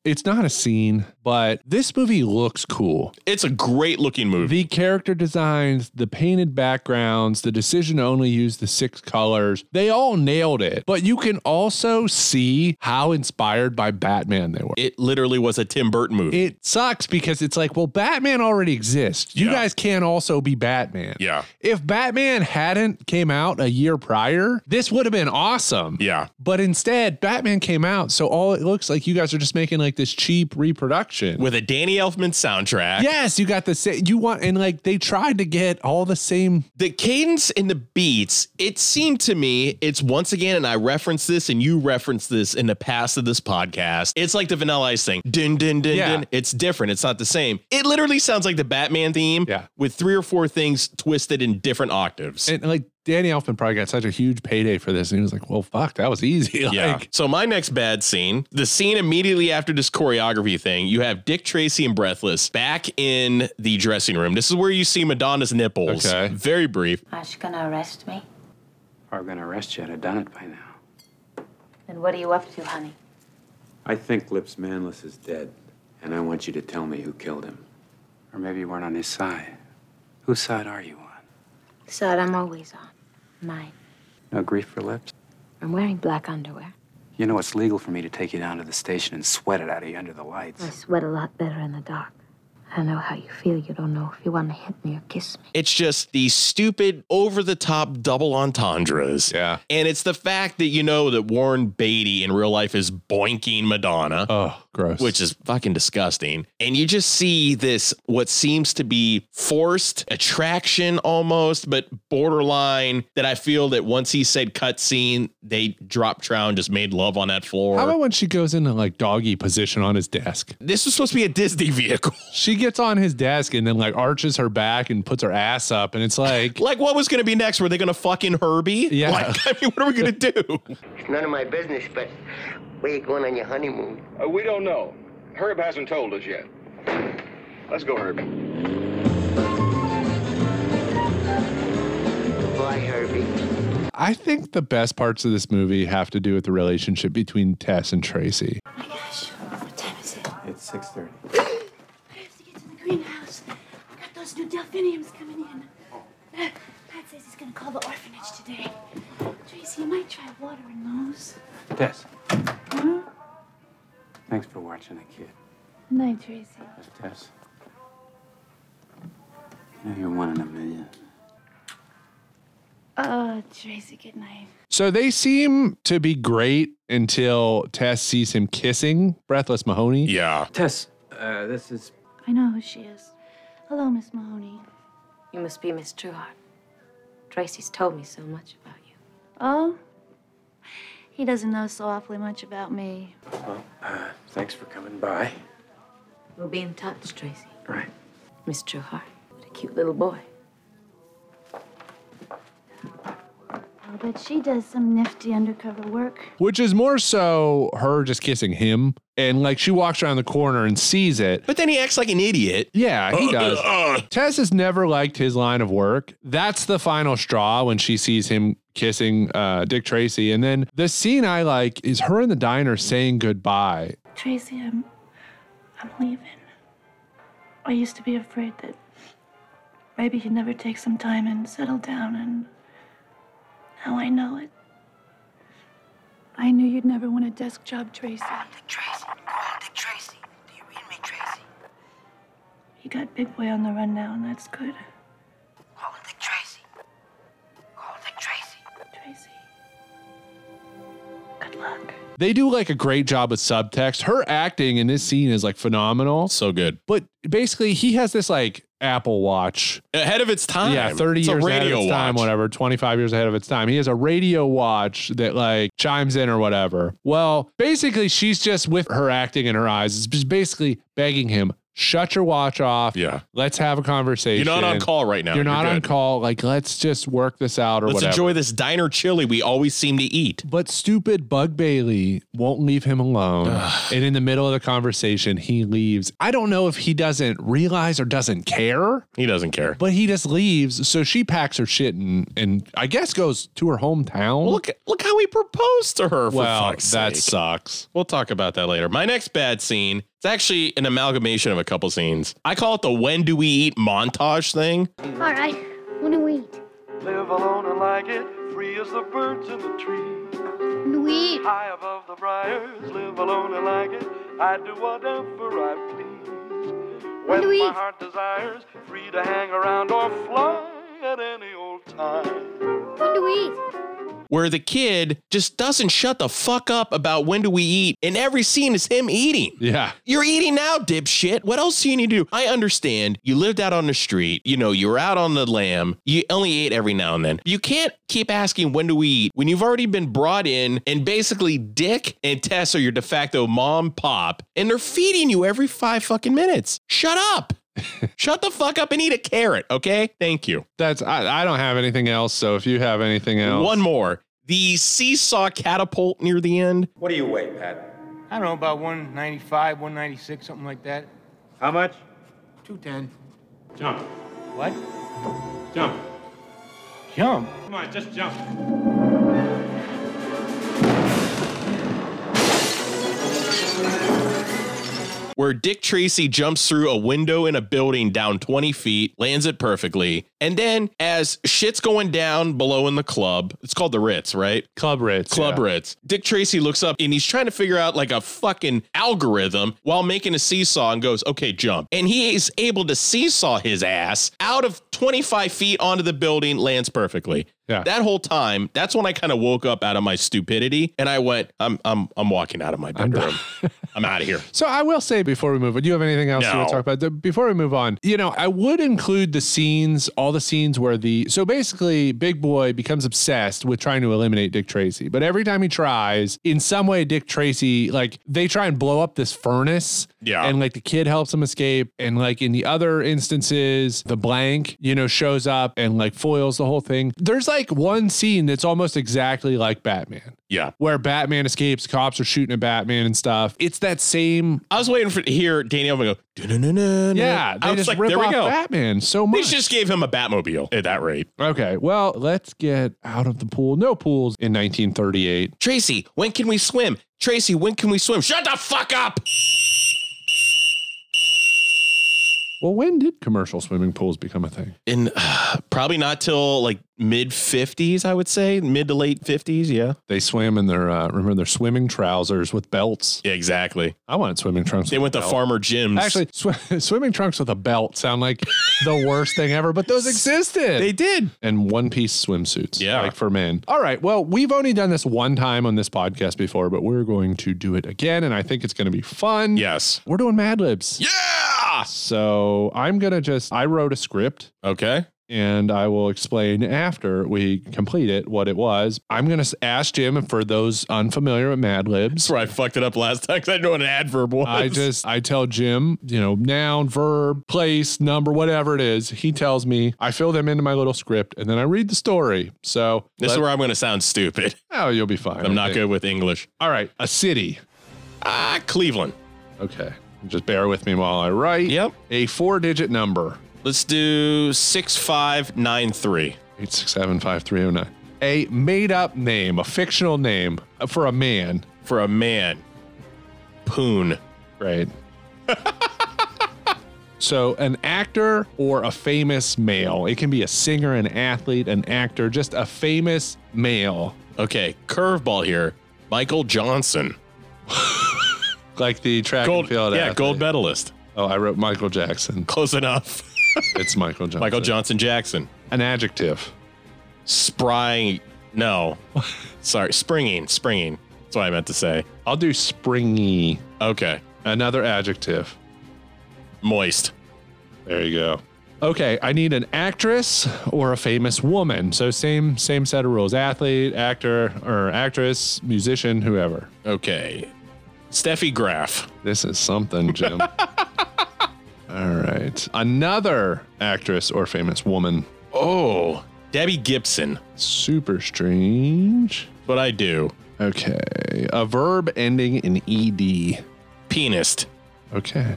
S10: it's not a scene. but this movie looks cool.
S11: It's a great looking movie.
S10: The character designs, the painted backgrounds, the decision to only use the six colors, they all nailed it. But you can also see how inspired by Batman they were.
S11: It literally was a Tim Burton movie.
S10: It sucks because it's like, well, Batman already exists. You
S11: Yeah.
S10: guys can't also be Batman.
S11: yeah.
S10: If Batman hadn't came out a year prior, this would have been awesome.
S11: Yeah.
S10: But instead, Batman came out, so all it looks like you guys are just making like this cheap reproduction.
S11: With a Danny Elfman soundtrack.
S10: yes, you got the same. You want and like they tried to get all the same.
S11: The cadence and the beats, it seemed to me, it's once again, and I referenced this and you referenced this in the past of this podcast. It's like the Vanilla Ice thing. Din, din, din,
S10: Yeah.
S11: din. It's different. It's not the same. It literally sounds like the Batman theme
S10: Yeah.
S11: with three or four things twisted in different octaves.
S10: And like Danny Elfman probably got such a huge payday for this, and he was like, "Well, fuck, that
S11: *laughs*
S10: was easy." *laughs* Like,
S11: yeah. So my next bad scene, the scene immediately after this choreography thing, you have Dick Tracy and Breathless back in the dressing room. This is where you see Madonna's nipples.
S10: Okay.
S11: Very brief.
S18: Are you gonna arrest me?
S19: If I were gonna arrest you, I'd have done it by now.
S18: Then what are you up to, honey?
S19: I think Lips Manless is dead, and I want you to tell me who killed him. Or maybe you weren't on his side. Whose side are you on?
S18: Side I'm always on. Mine.
S19: No grief for Lips?
S18: I'm wearing black underwear.
S19: You know it's legal for me to take you down to the station and sweat it out of you under the lights.
S18: I sweat a lot better in the dark. I know how you feel. You don't know if you want to hit me or kiss me.
S11: It's just these stupid, over the top double entendres.
S10: Yeah.
S11: And it's the fact that you know that Warren Beatty in real life is boinking Madonna.
S10: Oh, gross.
S11: Which is fucking disgusting. And you just see this, what seems to be forced attraction almost, but borderline that I feel that once he said cut scene, they dropped trow and just made love on that floor.
S10: How about when she goes into like doggy position on his desk?
S11: this was supposed to be a Disney vehicle. *laughs*
S10: She gets on his desk and then like arches her back and puts her ass up, and it's like,
S11: Like, what was going to be next? Were they going to fucking Herbie?
S10: Yeah.
S11: Like, *laughs* I mean, what are we going to do?
S3: It's none of my business, but where you going on your honeymoon?
S6: Uh, we don't know. Herb hasn't told us yet. Let's go, Herb.
S3: Bye, Herbie.
S10: I think the best parts of this movie have to do with the relationship between Tess and Tracy.
S3: my gosh, what time is it?
S19: It's 6.30.
S3: The greenhouse. I got those new delphiniums coming in.
S4: Uh, Pat says he's gonna call the orphanage today. Tracy, you might try watering those.
S19: Tess,
S4: Huh?
S19: thanks for watching the kid.
S4: Night, Tracy.
S19: Tess. You know you're one in a million.
S4: Oh, Tracy, good night.
S10: So they seem to be great until Tess sees him kissing Breathless Mahoney.
S11: Yeah.
S19: Tess, uh, this is
S4: I know who she is. Hello, Miss Mahoney.
S18: You must be Miss Trueheart. Tracy's told me so much about you.
S4: Oh? He doesn't know so awfully much about me.
S19: Well, uh, thanks for coming by.
S18: We'll be in touch, Tracy.
S19: Right.
S18: Miss Trueheart. What a cute little boy.
S4: I'll bet she does some nifty undercover work.
S10: Which is more so her just kissing him. And like she walks around the corner and sees it.
S11: But then he acts like an idiot.
S10: Yeah, he
S11: Uh,
S10: does.
S11: uh, uh.
S10: Tess has never liked his line of work. That's the final straw when she sees him kissing uh, Dick Tracy. And then the scene I like is her in the diner saying goodbye.
S4: Tracy, I'm I'm leaving. I used to be afraid that maybe you'd never take some time and settle down and now I know it. I knew you'd never want a desk job, Tracy. Dick Tracy. Dick Tracy. Do you read me, Tracy? You got Big Boy on the run now, and that's good. Call him Dick Tracy. Call him Dick Tracy. Tracy. Good luck.
S10: They do like a great job with subtext. Her acting in this scene is like phenomenal.
S11: So good.
S10: But basically, he has this like Apple Watch.
S11: Ahead of its time.
S10: Yeah, 30
S11: It's a
S10: years ahead of its time,
S11: watch.
S10: whatever, 25 years ahead of its time. He has a radio watch that like chimes in or whatever. Well, basically, she's just with her acting in her eyes. It's just basically begging him, shut your watch off.
S11: Yeah.
S10: Let's have a conversation.
S11: You're not on call right now.
S10: You're
S11: You're
S10: not on
S11: good."
S10: call. Like, let's just work this out or
S11: Let's
S10: whatever.
S11: enjoy this diner chili we always seem to eat.
S10: But stupid Bug Bailey won't leave him alone. and in the middle of the conversation, he leaves. I don't know if he doesn't realize or doesn't care,
S11: He doesn't care.
S10: but he just leaves. So she packs her shit and, and I guess goes to her hometown.
S11: Look, look how he proposed to her. For
S10: Well,
S11: fuck's
S10: that
S11: sake.
S10: sucks.
S11: We'll talk about that later. My next bad scene It's actually an amalgamation of a couple scenes. I call it the when do we eat montage thing.
S8: All right, when do we eat?
S1: Live alone and like it, free as the birds in the trees.
S8: When do we eat?
S1: High above the briars, live alone and like it, I do whatever I please.
S8: When
S1: When
S8: do we
S1: my
S8: eat?
S1: heart desires, free to hang around or fly at any old time.
S8: When do we eat?
S11: where the kid just doesn't shut the fuck up about when do we eat, and every scene is him eating.
S10: Yeah.
S11: You're eating now, dipshit. What else do you need to do? I understand you lived out on the street, you know, you were out on the lamb, you only ate every now and then. You can't keep asking when do we eat when you've already been brought in and basically Dick and Tess are your de facto mom, pop, and they're feeding you every five fucking minutes. Shut up. Shut the fuck up and eat a carrot, okay? Thank you.
S10: That's I, I don't have anything else. So if you have anything else,
S11: One more. The seesaw catapult near the end.
S7: What do you weigh, Pat?
S13: I don't know, about 195, 196, something like that.
S7: How much?
S13: 210.
S7: Jump.
S13: What?
S7: Jump.
S13: Jump.
S7: Come on, just jump.
S11: where Dick Tracy jumps through a window in a building down 20 feet, lands it perfectly. And then, as shit's going down below in the club, it's called the Ritz, right?
S10: Club Ritz.
S11: Club
S10: yeah.
S11: Ritz. Dick Tracy looks up and he's trying to figure out like a fucking algorithm while making a seesaw and goes, okay, jump. And he is able to seesaw his ass out of 25 feet onto the building, lands perfectly.
S10: Yeah.
S11: That whole time, that's when I kind of woke up out of my stupidity and I went, I'm I'm I'm walking out of my bedroom. I'm out of
S10: *laughs*
S11: here.
S10: So I will say before we move on, do you have anything else you want to
S11: No.
S10: talk about? The- Before we move on, you know, I would include the scenes, all the scenes where the so basically Big Boy becomes obsessed with trying to eliminate Dick Tracy. But every time he tries, in some way Dick Tracy, like they try and blow up this furnace.
S11: Yeah.
S10: And like the kid helps him escape. And like in the other instances, the blank, you know, shows up and like foils the whole thing. There's like one scene that's almost exactly like Batman.
S11: Yeah.
S10: Where Batman escapes, cops are shooting at Batman and stuff. It's that same
S11: I was waiting for to hear Danny Elfman go. "Dun-dun-dun-dun-dun."
S10: Yeah, they
S11: I was
S10: just
S11: like,
S10: rip
S11: there we
S10: off
S11: go.
S10: Batman so much.
S11: They just gave him a Batmobile at that rate.
S10: Okay, well, let's get out of the pool. No pools in 1938.
S11: Tracy, when can we swim? Tracy, when can we swim? Shut the fuck up.
S10: Well, when did commercial swimming pools become a thing?
S11: In uh, probably not till like mid fifties, I would say, mid to late fifties. Yeah.
S10: They swam in their uh, remember their swimming trousers with belts.
S11: Yeah, exactly.
S10: I wanted swimming trunks.
S11: They
S10: with
S11: went
S10: a
S11: to
S10: belt.
S11: farmer gyms.
S10: Actually, sw- *laughs* swimming trunks with a belt sound like the worst thing ever,
S11: *laughs*
S10: but those existed.
S11: They did.
S10: And one piece swimsuits.
S11: Yeah.
S10: Like for men. All right. Well, we've only done this one time on this podcast before, but we're going to do it again. And I think it's going to be fun.
S11: yes.
S10: We're doing Mad Libs.
S11: Yeah.
S10: So I'm going to just, I wrote a script
S11: Okay.
S10: and I will explain after we complete it what it was. I'm going to ask Jim and for those unfamiliar with Mad Libs.
S11: That's where I fucked it up last time because I didn't know what an adverb was.
S10: I just I tell Jim, you know, noun, verb, place, number, whatever it is. He tells me. I fill them into my little script, and then I read the story. So
S11: This is
S10: let-
S11: where I'm going to sound stupid.
S10: oh, you'll be fine.
S11: I'm not
S10: Okay.
S11: good with English.
S10: All right, a city.
S11: Ah, Cleveland.
S10: Okay, just bear with me while I write.
S11: Yep.
S10: A four-digit number.
S11: Let's do six five nine three.
S10: Eight six seven five three zero nine. A made-up name, a fictional name uh, for a man.
S11: for a man. Poon.
S10: Right. *laughs* so, an actor or a famous male. It can be a singer, an athlete, an actor, just a famous male,
S11: Okay, curveball here. Michael Johnson.
S10: like the track
S11: Gold,
S10: and field.
S11: yeah,
S10: athlete.
S11: gold medalist.
S10: Oh, I wrote Michael Jackson.
S11: Close enough.
S10: It's Michael Johnson.
S11: Michael Johnson Jackson.
S10: An adjective.
S11: Sprying.
S10: *laughs*
S11: No. Sorry. Springing. Springing. That's what I meant to say.
S10: I'll do springy.
S11: Okay.
S10: Another adjective.
S11: Moist.
S10: There you go. Okay, I need an actress or a famous woman. So same same set of rules: athlete, actor, or actress, musician, whoever.
S11: Okay. Steffi Graf.
S10: This is
S11: *laughs*
S10: something, Jim. All right. Another actress or famous woman.
S11: Oh, Debbie Gibson.
S10: Super strange.
S11: That's what I do.
S10: Okay. A verb ending in ed.
S11: Penist.
S10: Okay.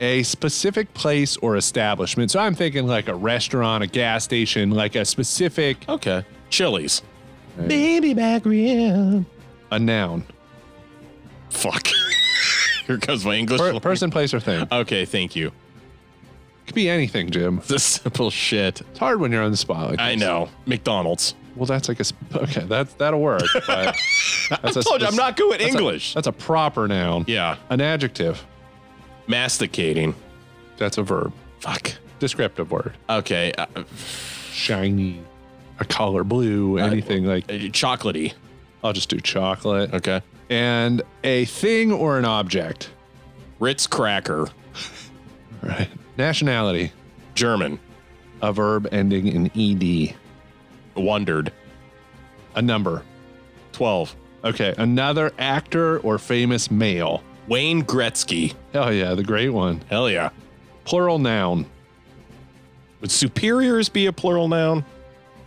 S10: a specific place or establishment. So I'm thinking like a restaurant, a gas station, like a specific
S11: Okay. Chili's.
S10: baby back rib. A noun.
S11: Fuck. *laughs* Here comes my English.
S10: Per- person, place, or thing.
S11: Okay, thank you.
S10: Could be anything, Jim.
S11: The simple shit.
S10: It's hard when you're on the spot. Like
S11: I
S10: this.
S11: know. McDonald's.
S10: Well, that's like a sp- okay. That that'll work.
S11: *laughs*
S10: But that's
S11: I told you, I'm not good at
S10: that's a-
S11: English.
S10: that's a proper noun.
S11: Yeah.
S10: An adjective.
S11: Masticating.
S10: That's a verb.
S11: Fuck.
S10: Descriptive word.
S11: Okay. Uh,
S10: Shiny. A color blue. Anything like.
S11: chocolatey.
S10: I'll just do chocolate.
S11: Okay.
S10: And a thing or an object.
S11: Ritz cracker.
S10: Right. Nationality.
S11: German.
S10: A verb ending in E ed.
S11: Wondered.
S10: A number.
S11: 12.
S10: Okay. Another actor or famous male.
S11: Wayne Gretzky.
S10: Hell yeah, the great one.
S11: Hell yeah.
S10: Plural noun.
S11: Would superiors be a plural noun?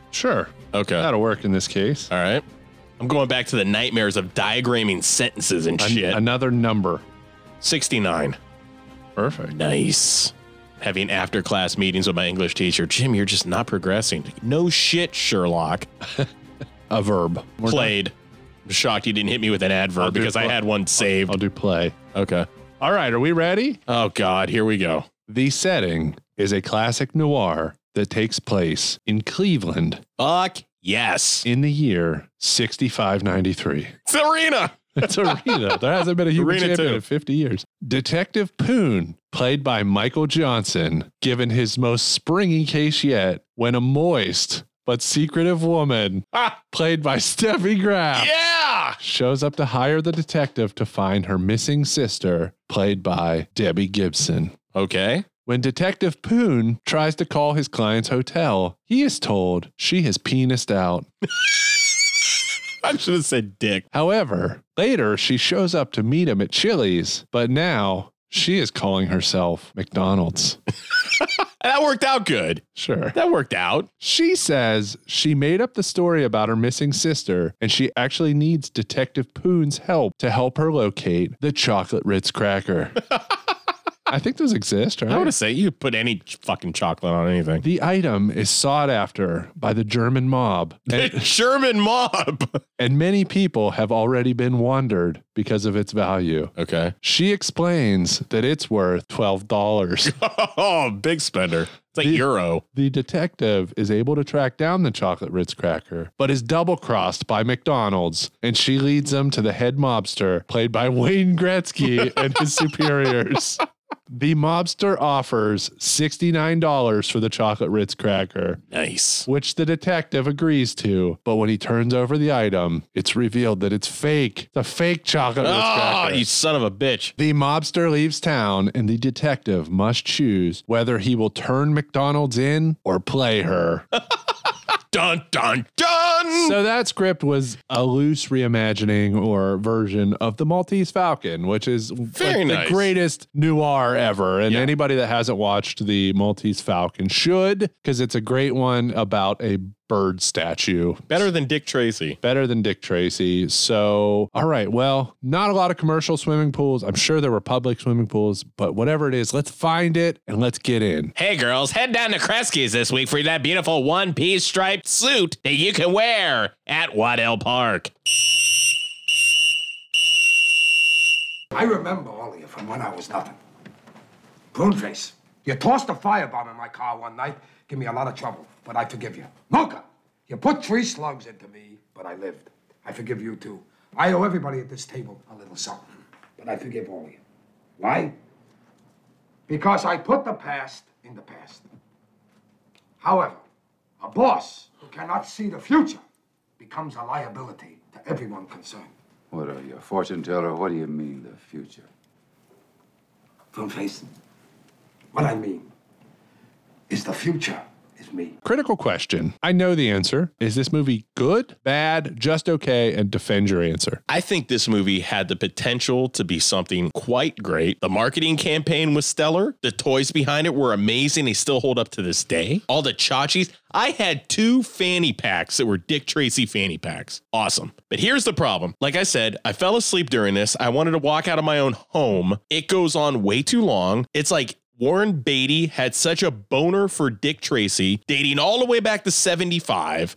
S10: Sure.
S11: Okay.
S10: That'll work in this case.
S11: All right. I'm going back to the nightmares of diagramming sentences and
S10: An-
S11: shit.
S10: another number.
S11: 69.
S10: Perfect.
S11: Nice. Having after class meetings with my English teacher. Jim, you're just not progressing. No shit, Sherlock.
S10: *laughs* A verb. We're
S11: Played. I'm shocked you didn't hit me with an adverb
S10: do
S11: because I
S10: pl-
S11: had one saved.
S10: done. I'll do play.
S11: okay.
S10: All right. Are we ready?
S11: Oh, God. Here we go.
S10: The setting is a classic noir that takes place in Cleveland
S11: Fuck yes.
S10: in the year 6593.
S11: It's Arena.
S10: *laughs* It's arena. There hasn't been a human
S11: Arena
S10: champion
S11: too.
S10: in 50 years. Detective Poon, played by Michael Johnson, given his most springy case yet when a moist but secretive woman,
S11: Ah.
S10: played by *laughs* Steffi Graf,
S11: Yeah.
S10: shows up to hire the detective to find her missing sister, played by Debbie Gibson.
S11: Okay.
S10: When Detective Poon tries to call his client's hotel, he is told she has penised out
S11: I should have said dick.
S10: However, later she shows up to meet him at Chili's, but now she is calling herself McDonald's.
S11: That worked out good.
S10: Sure.
S11: That worked out.
S10: She says she made up the story about her missing sister and she actually needs Detective Poon's help to help her locate the chocolate Ritz cracker. I think those exist,
S11: I want to
S10: right?
S11: say you put any ch- fucking chocolate on anything. *laughs*
S10: The item is sought after by the German mob, *laughs*
S11: The
S10: and,
S11: German mob.
S10: and many people have already been wandered because of its value.
S11: Okay.
S10: She explains that it's worth $12.
S11: *laughs* Oh, big spender. It's like
S10: The-
S11: Euro.
S10: the detective is able to track down the chocolate Ritz cracker, but is double crossed by McDonald's, and she leads them to the head mobster, played by Wayne Gretzky and his superiors. The mobster offers $69 for the chocolate Ritz cracker,
S11: Nice.
S10: which the detective agrees to. But when he turns over the item, it's revealed that it's fake. The fake chocolate Ritz
S11: Oh,
S10: cracker.
S11: you son of a bitch.
S10: The mobster leaves town, and the detective must choose whether he will turn McDonald's in or
S11: *laughs*
S10: play her.
S11: Dun, dun, dun.
S10: so that script was a loose reimagining or version of the Maltese Falcon, which is
S11: Very nice.
S10: the greatest noir ever. And
S11: Yeah.
S10: anybody that hasn't watched the Maltese Falcon should, because it's a great one about a bird statue.
S11: Better than Dick Tracy.
S10: Better than Dick Tracy. So, all right. Well, not a lot of commercial swimming pools. I'm sure there were public swimming pools, but whatever it is, let's find it and let's get in.
S11: Hey, girls, head down to Kresge's this week for that beautiful one piece striped suit that you can wear at Waddell Park.
S9: I remember all of you from when I was nothing. Pruneface, you tossed a firebomb in my car one night. Give me a lot of trouble, but I forgive you. Mocha, you put three slugs into me, but I lived. I forgive you too. I owe everybody at this table a little something, but I forgive all of you. Why? Because I put the past in the past. However, a boss who cannot see the future becomes a liability to everyone concerned.
S19: What are you, a fortune teller? What do you mean, the future?
S9: Face. What I mean is the future is me.
S10: Critical question. I know the answer. Is this movie good, bad, just okay? And defend your answer.
S11: I think this movie had the potential to be something quite great. The marketing campaign was stellar. The toys behind it were amazing. They still hold up to this day. All the tchotchkes. I had two fanny packs that were Dick Tracy fanny packs. Awesome. But here's the problem. Like I said, I fell asleep during this. I wanted to walk out of my own home. It goes on way too long. It's like Warren Beatty had such a boner for Dick Tracy, dating all the way back to 75,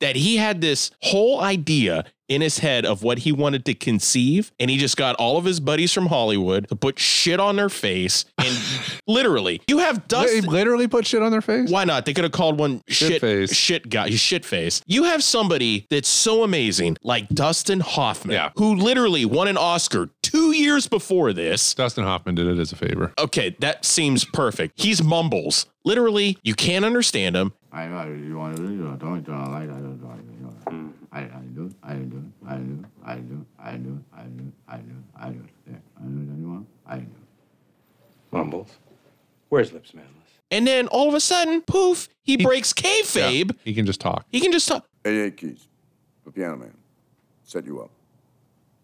S11: that he had this whole idea in his head of what he wanted to conceive. And he just got all of his buddies from Hollywood to put shit on their face.
S10: *laughs*
S11: And literally, you have Dustin.
S10: literally put shit on their face?
S11: Why not? They could have called one
S10: Shit
S11: shit,
S10: face.
S11: shit guy, shit face. You have somebody that's so amazing, like Dustin Hoffman, who literally won an Oscar two years before this.
S10: Dustin Hoffman did it as a favor.
S11: Okay, that seems perfect. He's mumbles. Literally, you can't understand him.
S12: I know you want to do it. Don't do it. I don't do it.
S19: Mm-hmm.
S12: I I do it. I do it. I do it. I do it. I do it. I do it. I do it. I do it. There. I do it. You want? I do it.
S19: Mumbles. Where's Lips Manless?
S11: And then all of a sudden, poof, he, breaks kayfabe.
S10: He can just talk.
S11: He can just talk.
S14: 88 keys. The piano man. Set you up.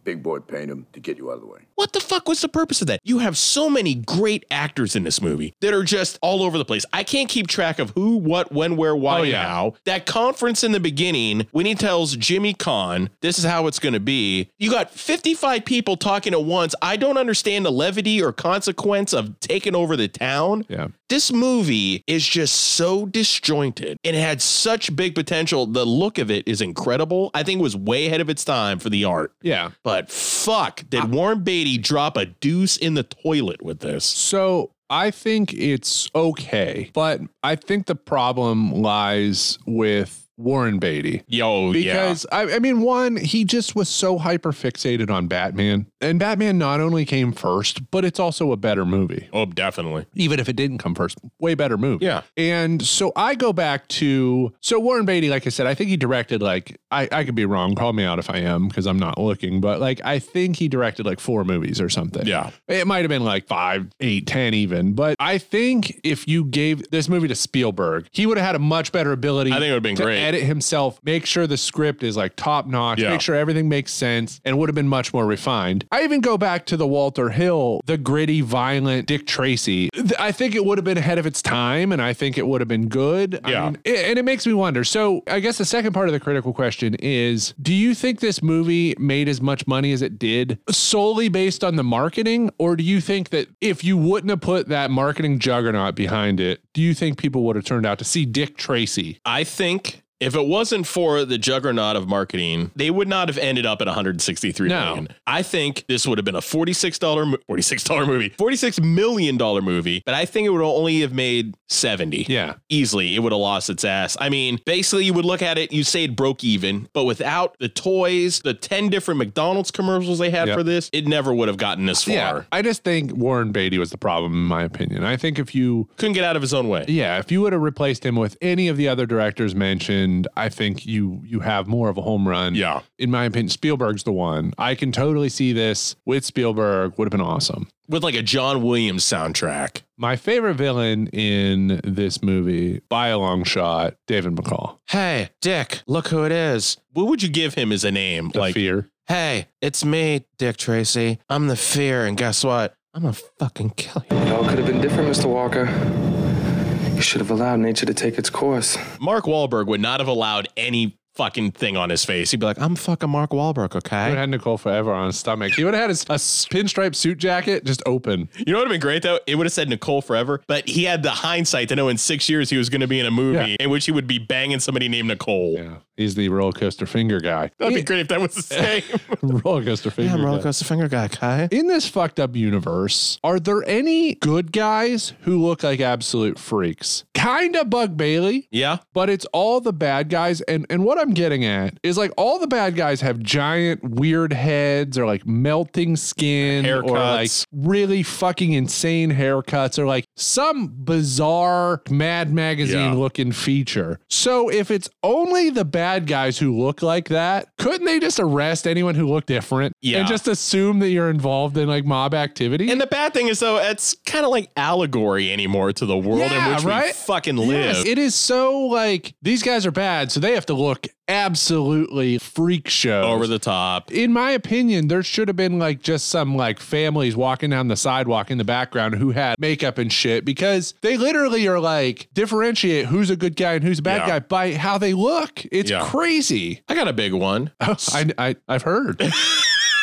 S14: Big boy paid him to get you out of the way.
S11: What the fuck was the purpose of that? You have so many great actors in this movie that are just all over the place. I can't keep track of who, what, when, where,
S10: Oh,
S11: why, and how. That conference in the beginning, when he tells Jimmy Kahn, this is how it's going to be, you got 55 people talking at once. I don't understand the levity or consequence of taking over the town.
S10: Yeah.
S11: This movie is just so disjointed and it had such big potential. The look of it is incredible. I think it was way ahead of its time for the art.
S10: Yeah.
S11: But fuck, did Warren Beatty drop a deuce in the toilet with this?
S10: So I think it's okay, but I think the problem lies with Warren Beatty.
S11: Yo,
S10: because I, I mean, one, he just was so hyper fixated on Batman, and Batman not only came first, but it's also a better movie.
S11: Oh, definitely.
S10: Even if it didn't come first, way better movie.
S11: Yeah.
S10: And so I go back to so Warren Beatty, like I said, I think he directed like I, I could be wrong. Call me out if I am because I'm not looking, but like I think he directed like four movies or something.
S11: Yeah.
S10: It might have been like five, eight, ten even. But I think if you gave this movie to Spielberg, he would have had a much better ability
S11: I think it would've been
S10: to
S11: great.
S10: Edit himself, make sure the script is like top notch,
S11: Yeah.
S10: make sure everything makes sense, and would have been much more refined. I even go back to the Walter Hill, the gritty, violent Dick Tracy. Th- I think it would have been ahead of its time, and I think it would have been good. Yeah. and it makes me wonder. So I guess the second part of the critical question is do you think this movie made as much money as it did solely based on the marketing? Or do you think that if you wouldn't have put that marketing juggernaut behind it, do you think people would have turned out to see Dick Tracy?
S11: I think if it wasn't for the juggernaut of marketing, they would not have ended up at 163 million. I think this would have been a $46 mo- $46 movie, $46 million dollar movie, but I think it would only have made 70.
S10: Yeah.
S11: Easily. It would have lost its ass. I mean, basically you would look at it, you say it broke even, but without the toys, the 10 different McDonald's commercials they had
S10: Yep.
S11: for this, it never would have gotten this far.
S10: Yeah, I just think Warren Beatty was the problem, in my opinion. I think if you
S11: Couldn't get out of his own way.
S10: Yeah, if you would have replaced him with any of the other directors mentioned, I think you you have more of a home run. Yeah. In my opinion, Spielberg's the one. I can totally see this with Spielberg would have been awesome.
S11: With like a John Williams soundtrack.
S10: My favorite villain in this movie, by a long shot, David McCall.
S11: Hey, Dick, look who it is. What would you give him as a name? like
S10: fear.
S11: Hey, it's me, Dick Tracy. I'm the fear, and guess what? I'm a fucking kill you.
S15: It all could have been different, Mr. Walker. You should have allowed nature to take its course.
S11: Mark Wahlberg would not have allowed any fucking thing on his face. He'd be like, I'm fucking Mark Wahlberg,
S10: He
S11: okay?
S10: would have had Nicole forever on his stomach. He would have had his a s- pinstripe suit jacket just open.
S11: You know what would have been great though? It would have said Nicole forever, but he had the hindsight to know in six years he was going to be in a movie in which he would be banging somebody named Nicole.
S10: He's the roller coaster finger guy.
S11: That'd be great if that was *laughs* the same.
S10: *laughs* roller coaster finger.
S11: I'm roller
S10: guy.
S11: coaster finger guy, Kai.
S10: In this fucked up universe, are there any good guys who look like absolute freaks? Kinda Bug Bailey.
S11: Yeah.
S10: But it's all the bad guys. And and what I'm getting at is like all the bad guys have giant weird heads or like melting skin or like
S11: Haircuts.
S10: really fucking insane haircuts or like some bizarre mad magazine looking feature. So if it's only the bad guys who look like that, couldn't they just arrest anyone who looked different
S11: Yeah.
S10: and just assume that you're involved in like mob activity?
S11: And the bad thing is though, it's kind of like allegory anymore to the world in
S10: Yeah,
S11: which we
S10: right?
S11: fucking live.
S10: Yes, it is so like these guys are bad, so they have to look absolutely freak show
S11: Over the top.
S10: In my opinion, there should have been like just some like families walking down the sidewalk in the background who had makeup and shit because they literally are like differentiate who's a good guy and who's a bad
S11: Yeah.
S10: guy by how they look. It's
S11: Yeah.
S10: crazy.
S11: *laughs* Oh, I got a big one. *laughs*
S10: I, I I've heard.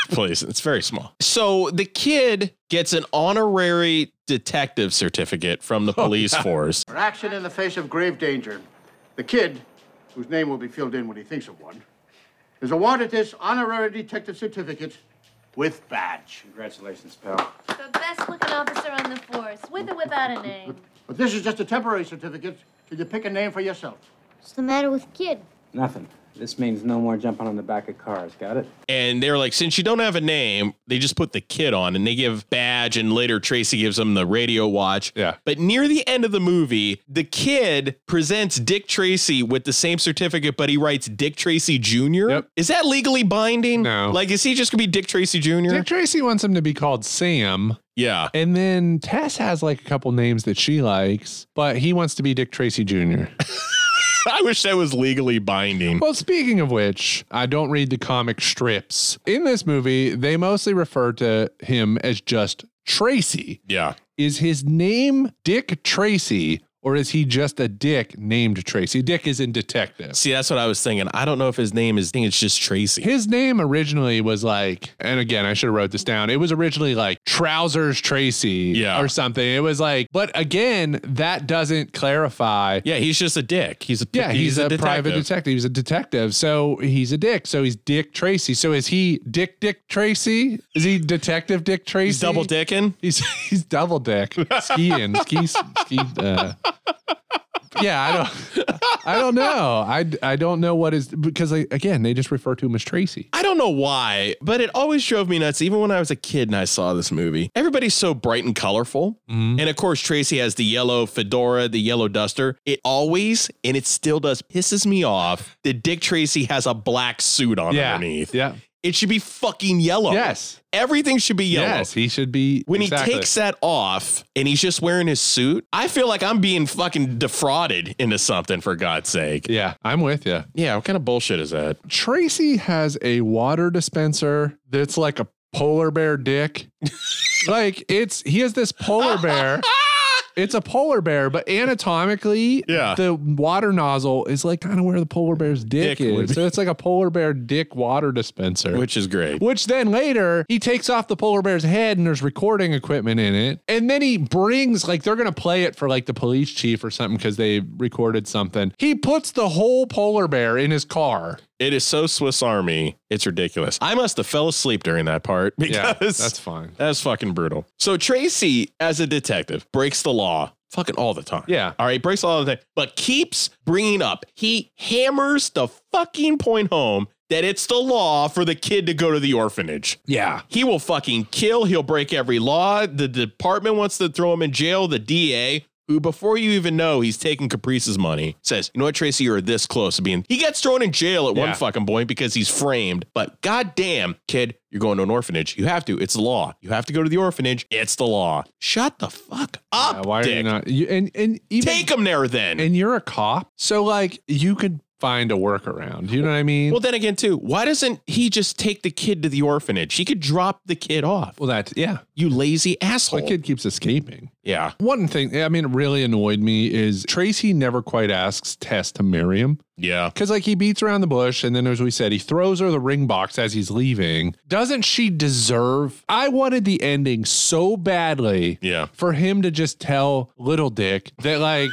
S11: place. It's very small. So the kid gets an honorary detective certificate from the police force.
S5: For action in the face of grave danger, the kid, whose name will be filled in when he thinks of one, is awarded this honorary detective certificate with badge. Congratulations, pal.
S16: The best looking officer on the force, with or without a name.
S5: But this is just a temporary certificate till you pick a name for yourself.
S8: What's the matter with kid?
S19: Nothing. This means no more jumping on the back of cars. Got it?
S11: And they're like, since you don't have a name, they just put the kid on and they give Badge and later Tracy gives him the radio watch. Yeah. But near the end of the movie, the kid presents Dick Tracy with the same certificate, but he writes Dick Tracy Jr. Is that legally binding? No. Like, is he just going to be Dick Tracy Jr.?
S10: Dick Tracy wants him to be called Sam.
S11: Yeah.
S10: And then Tess has like a couple names that she likes, but he wants to be Dick Tracy Jr.
S11: *laughs* I wish that was legally binding.
S10: Well, speaking of which, I don't read the comic strips. In this movie, they mostly refer to him as just Tracy.
S11: Yeah.
S10: Is his name Dick Tracy or is he just a dick named Tracy? Dick is in detective.
S11: See, that's what I was thinking. I don't know if his name is, I think it's just Tracy.
S10: His name originally was like, and again, I should have wrote this down. It was originally like Trousers Tracy
S11: Yeah.
S10: or something. It was like, but again, that doesn't clarify.
S11: Yeah, he's just a dick. He's a
S10: yeah, he's,
S11: he's a
S10: a, private
S11: detective.
S10: detective. He's a detective, so he's a dick. So he's Dick Tracy. So is he Dick Dick Tracy? Is he Detective Dick Tracy? He's
S11: double dicking.
S10: He's *laughs* he's double dick skiing ski ski. Uh, yeah, I don't. I don't know. I, I don't know what is because like, again they just refer to him as Tracy.
S11: I don't know why, but it always drove me nuts, even when I was a kid and I saw this movie. Everybody's so bright and colorful.
S10: Mm-hmm.
S11: And of course, Tracy has the yellow fedora, the yellow duster. It always, and it still does, pisses me off that Dick Tracy has a black suit on
S10: Yeah.
S11: underneath.
S10: Yeah.
S11: It should be fucking yellow.
S10: Yes.
S11: Everything should be yellow.
S10: Yes, he should be.
S11: When
S10: exactly.
S11: he takes that off and he's just wearing his suit, I feel like I'm being fucking defrauded into something, for God's sake.
S10: Yeah, I'm with you.
S11: Yeah, what kind of bullshit is that?
S10: Tracy has a water dispenser that's like a polar
S11: *laughs*
S10: bear dick. like it's he has this polar bear. It's a polar bear, but anatomically,
S11: Yeah.
S10: the water nozzle is like kind of where the polar bear's dick,
S11: Dick would
S10: is.
S11: be.
S10: So it's like a polar bear dick water dispenser.
S11: Which is great.
S10: Which then later he takes off the polar bear's head and there's recording equipment in it. And then he brings, like, they're going to play it for like the police chief or something because they recorded something. He puts the whole polar bear in his car.
S11: It is so Swiss Army. It's ridiculous. I must have fell asleep during that part because
S10: Yeah, that's fine.
S11: That's fucking brutal. So Tracy, as a detective, breaks the law fucking all the time.
S10: Yeah.
S11: All right, breaks the law all the time, but keeps bringing up. He hammers the fucking point home that it's the law for the kid to go to the orphanage.
S10: Yeah.
S11: He will fucking kill. He'll break every law. The department wants to throw him in jail. The DA, who before you even know he's taking Caprice's money, says, You know what, Tracy, you're this close to being. He gets thrown in jail at one
S10: Yeah.
S11: fucking point because he's framed. But goddamn, kid, you're going to an orphanage. You have to. It's the law. You have to go to the orphanage. It's the law. Shut the fuck up.
S10: Yeah, why are you not? You, and and even,
S11: Take him there then.
S10: And you're a cop, so like you could find a workaround. You know what I mean?
S11: well, then again, too, why doesn't he just take the kid to the orphanage? He could drop the kid off.
S10: Well, that yeah.
S11: You lazy asshole.
S10: The kid keeps escaping.
S11: yeah.
S10: One thing, I mean, it really annoyed me is Tracy never quite asks Tess to marry him.
S11: Yeah.
S10: Because, like, he beats around the bush, and then, as we said, he throws her the ring box as he's leaving. Doesn't she deserve? I wanted the ending so badly
S11: Yeah.
S10: for him to just tell little dick
S11: *laughs*
S10: that, like,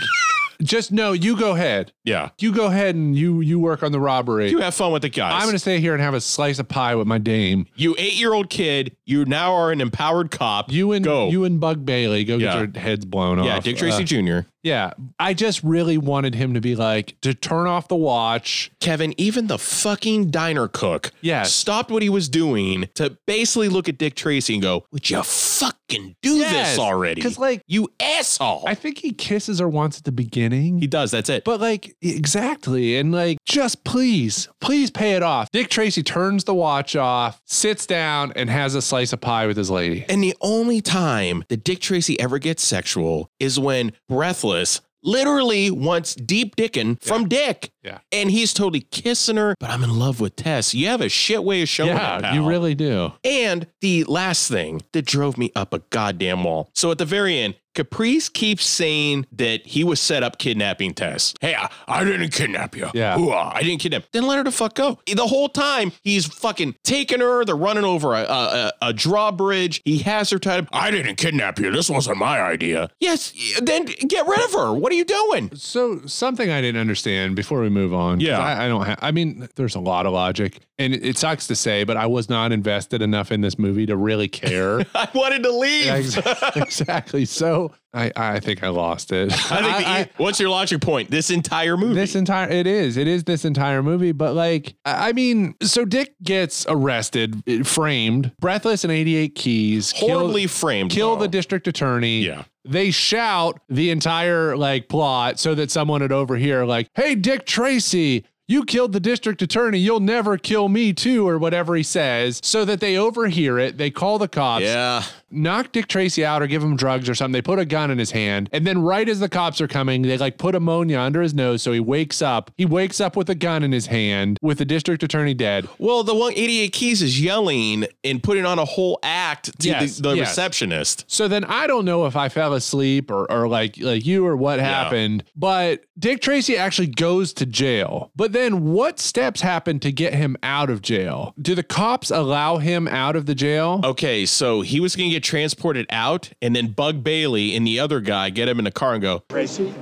S10: just no, you go ahead.
S11: Yeah.
S10: You go ahead and you you work on the robbery.
S11: You have fun with the guys.
S10: I'm going to stay here and have a slice of pie with my dame.
S11: You eight year old kid, you now are an empowered cop.
S10: You and
S11: go.
S10: you and Bug Bailey go
S11: Yeah.
S10: get your heads blown off.
S11: yeah, Dick Tracy
S10: Uh,
S11: Jr.
S10: Yeah, I just really wanted him to be like to turn off the watch.
S11: Kevin, even the fucking diner cook
S10: Yes.
S11: stopped what he was doing to basically look at Dick Tracy and go, Would you fucking do this already?
S10: Because like
S11: you asshole.
S10: I think he kisses her once at the beginning.
S11: he does, that's it.
S10: But like exactly, and like just please, please pay it off. Dick Tracy turns the watch off, sits down, and has a slice of pie with his lady.
S11: And the only time that Dick Tracy ever gets sexual is when Breathless literally wants deep dickin' from Dick.
S10: Yeah.
S11: And he's totally kissing her, but I'm in love with Tess. You have a shit way of showing it,
S10: yeah,
S11: pal.
S10: you really do.
S11: And the last thing that drove me up a goddamn wall. So at the very end, Caprice keeps saying that he was set up kidnapping Tess. Hey, I, I didn't kidnap you. Yeah. I didn't kidnap. Then let her the fuck go. The whole time he's fucking taking her. They're running over a, a, a, a drawbridge. He has her tied up. I didn't kidnap you. This wasn't my idea. Yes. Then get rid of her. What are you doing? *laughs*
S10: So something I didn't understand before we move on. 'cause
S11: Yeah.
S10: I, I don't have. I mean, there's a lot of logic, and it, it sucks to say, but I was not invested enough in this movie to
S11: *laughs*
S10: really care. *laughs*
S11: I wanted to leave.
S10: Yeah, ex- exactly. So I, I think I lost it.
S11: I think the- what's your logic point? This entire movie.
S10: This entire it is it is this entire movie, but like I I mean, so Dick gets arrested, eh, framed, breathless, and eighty eight keys, kill-
S11: Horribly framed,
S10: kill the district attorney. Yeah. They shout the entire like plot so that someone would overhear, like, "Hey, Dick Tracy." You killed the district attorney. You'll never kill me, too, or whatever he says, so that they overhear it. They call the cops.
S11: Yeah.
S10: Knock Dick Tracy out or give him drugs or something. They put a gun in his hand. And then, right as the cops are coming, they like put ammonia under his nose. So he wakes up. He wakes up with a gun in his hand with the district attorney dead.
S11: Well, the one 88 Keys is yelling and putting on a whole act to
S10: Yes,
S11: the, the
S10: yes.
S11: receptionist.
S10: So then I don't know if I fell asleep or, or like like you or what happened, but Dick Tracy actually goes to jail. But then what steps happen to get him out of jail? Do the cops allow him out of the jail?
S11: Okay, so he was going to get transported out, and then Bug Bailey and the other guy get him in the car and go,
S17: Tracy,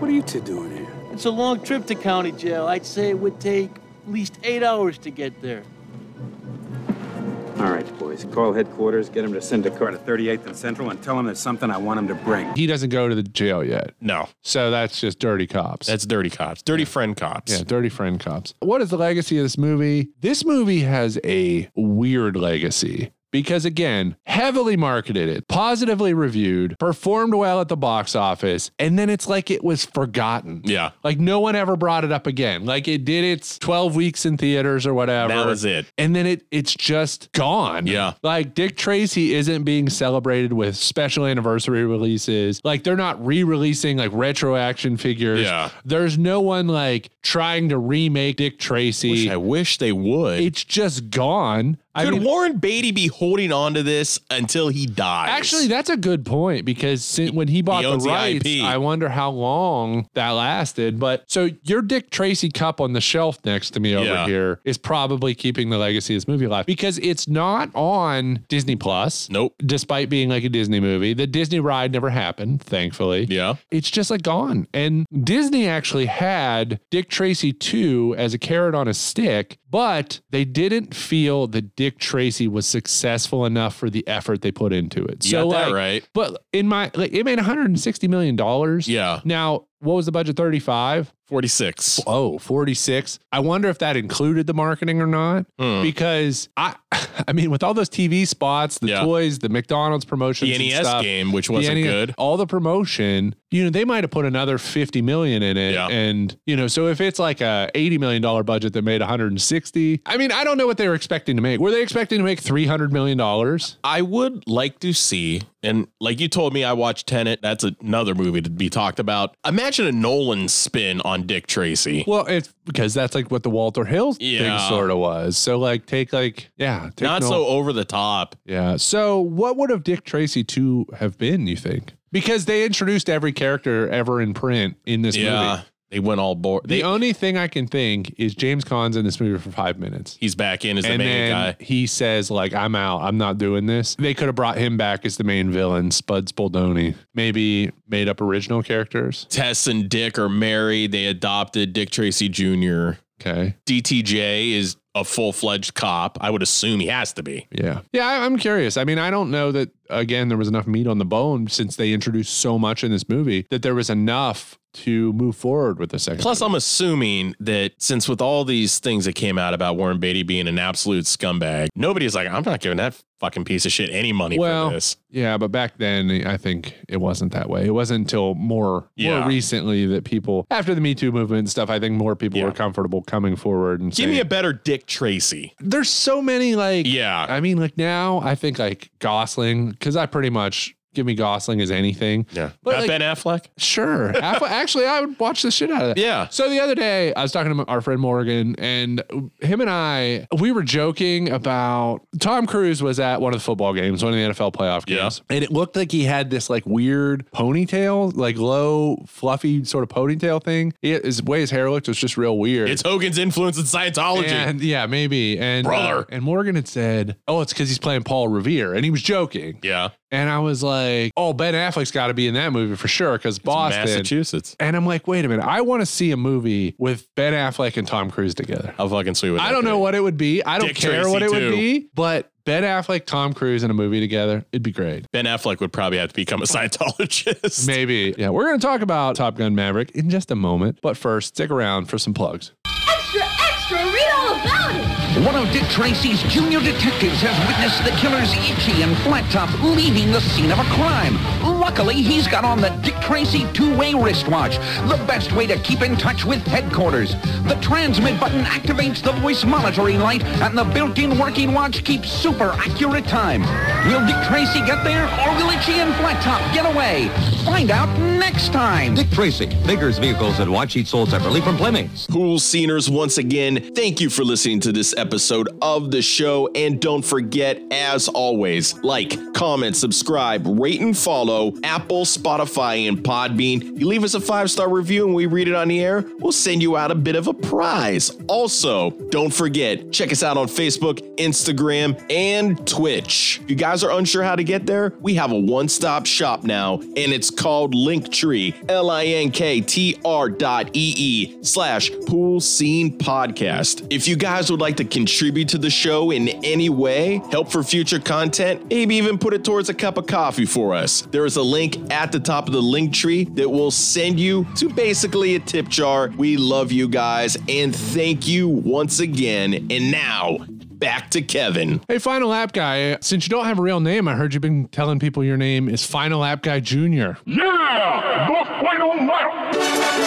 S17: what are you two doing here? It's a long trip to county jail. I'd say it would take at least eight hours to get there.
S19: All right, boys, call headquarters, get him to send a car to 38th and Central, and tell him there's something I want him to bring.
S10: He doesn't go to the jail yet.
S11: No.
S10: So that's just dirty cops. That's
S11: dirty cops. Dirty friend cops.
S10: Yeah, dirty friend cops. What is the legacy of this movie? This movie has a weird legacy. Because again, heavily marketed it, positively reviewed, performed well at the box office, and then it's like it was forgotten.
S11: Yeah.
S10: Like no one ever brought it up again. Like it did its 12 weeks in theaters or whatever.
S11: That was it.
S10: And then it it's just gone. Yeah. Like Dick Tracy isn't being celebrated with special anniversary releases. Like they're not re-releasing like retro action figures.
S11: Yeah.
S10: There's no one like trying to remake Dick Tracy.
S11: Which I wish they would.
S10: It's just gone. I
S11: Could
S10: mean-
S11: Warren Beatty be holding on to this until he dies?
S10: Actually, that's a good point because sin when he bought the
S11: owns the
S10: rights,
S11: IP.
S10: I wonder how long that lasted. But so your Dick Tracy cup on the shelf next to me over
S11: Yeah.
S10: here is probably keeping the legacy of this movie alive because it's not on Disney Plus.
S11: Nope.
S10: Despite being like a Disney movie, the Disney ride never happened, thankfully.
S11: Yeah.
S10: It's just like gone. And Disney actually had Dick Tracy 2 as a carrot on a stick, but they didn't feel that Dick Tracy was successful enough for the effort they put into it.
S11: You got that
S10: like,
S11: right.
S10: But in my like it made 160 million dollars.
S11: Yeah.
S10: Now, what was the budget? 35?
S11: 46.
S10: Oh, 46. I wonder if that included the marketing or not.
S11: Hmm.
S10: Because I *laughs* I mean, with all those TV spots, the
S11: Yeah.
S10: toys, the McDonald's promotions,
S11: The
S10: and
S11: NES
S10: stuff,
S11: E game, which
S10: the
S11: wasn't
S10: NES
S11: good.
S10: all the promotion, you know, they might have put another 50 million in it. And, you know, so if it's like a $80 million budget that made 160, I mean, I don't know what they were expecting to make. Were they expecting to make $300 million?
S11: I would like to see, and like you told me, I watched Tenet. That's another movie to be talked about. Imagine a Nolan spin on Dick Tracy.
S10: Well, it's because that's like what the Walter Hill
S11: Yeah.
S10: thing sort of was. So like take like yeah, take
S11: Not
S10: no-
S11: so over the top.
S10: yeah. So what would have Dick Tracy two have been? You think because they introduced every character ever in print in this
S11: Yeah,
S10: movie.
S11: They went all board.
S10: The only thing I can think is James Caan's in this movie for five minutes.
S11: He's back in as the
S10: and
S11: main
S10: then
S11: guy.
S10: he says like i'm out i'm not doing this they could have brought him back as the main villain spud spoldoni maybe made up original characters
S11: Tess and Dick are married. They adopted Dick Tracy Jr.
S10: Okay.
S11: DTJ is a full fledged cop. I would assume he has to be.
S10: yeah yeah I, i'm curious i mean i don't know that again there was enough meat on the bone since they introduced so much in this movie that there was enough to move forward with the second
S11: Plus, I'm assuming that since with all these things that came out about Warren Beatty being an absolute scumbag, nobody's like, I'm not giving that fucking piece of shit any money
S10: well,
S11: for this.
S10: yeah, but back then I think it wasn't that way. It wasn't until more
S11: Yeah.
S10: more recently that people, after the Me Too movement and stuff, I think more people were comfortable coming forward and
S11: Give
S10: saying,
S11: me a better Dick Tracy.
S10: there's so many like yeah i mean like now i think like gosling because i pretty much give me Gosling as anything. Yeah.
S11: Not Ben Affleck? *laughs*
S10: Sure. Affle- actually, I would watch the shit out of that.
S11: Yeah.
S10: So the other day, I was talking to our friend Morgan, and him and I, we were joking about Tom Cruise was at one of the football games, one of the NFL playoff games, and it looked like he had this like weird ponytail, like low, fluffy sort of ponytail thing. He, his way his hair looked was just real weird.
S11: It's Hogan's influence in Scientology.
S10: And yeah, maybe. And
S11: Brother.
S10: uh, and Morgan had said, "Oh, it's because he's playing Paul Revere," and he was joking.
S11: Yeah.
S10: And I was like, "Oh, Ben Affleck's got to be in that movie for sure because Boston,
S11: Massachusetts."
S10: And I'm like, "Wait a minute, I want to see a movie with Ben Affleck and Tom Cruise together."
S11: How fucking sweet would
S10: I
S11: that
S10: don't
S11: be?
S10: know what it would be. I don't
S11: Dick
S10: care
S11: Tracy,
S10: what it would
S11: too.
S10: be, but Ben Affleck, Tom Cruise in a movie together, it'd be great.
S11: Ben Affleck would probably have to become a *laughs* Scientologist.
S10: Maybe. Yeah, we're going to talk about Top Gun Maverick in just a moment, but first, stick around for some plugs.
S22: Extra, extra, read all about it!
S20: One of Dick Tracy's junior detectives has witnessed the killers Itchy and Flattop leaving the scene of a crime. Luckily, he's got on the Dick Tracy two-way wristwatch, the best way to keep in touch with headquarters. The transmit button activates the voice monitoring light, and the built-in working watch keeps super accurate time. Will Dick Tracy get there, or will Itchy and Flattop get away? Find out next time.
S21: Dick Tracy, Baker's vehicles and watch each sold separately from Playmates.
S11: Pool Sceners, once again, thank you for listening to this episode of the show. And don't forget, as always, like, comment, subscribe, rate, and follow Apple, Spotify, and Podbean. You leave us a five star review and we read it on the air, we'll send you out a bit of a prize. Also, don't forget, check us out on Facebook, Instagram, and Twitch. If you guys are unsure how to get there, we have a one stop shop now, and it's called Linktree, L I N K T R dot E slash pool scene podcast. If you guys would like to contribute to the show in any way, help for future content, maybe even put it towards a cup of coffee for us, there is a link at the top of the link tree that will send you to basically a tip jar. We love you guys and thank you once again. And now back to Kevin.
S10: Hey, Final App Guy, since you don't have a real name, I heard you've been telling people your name is Final App Guy Jr.
S21: Yeah! The final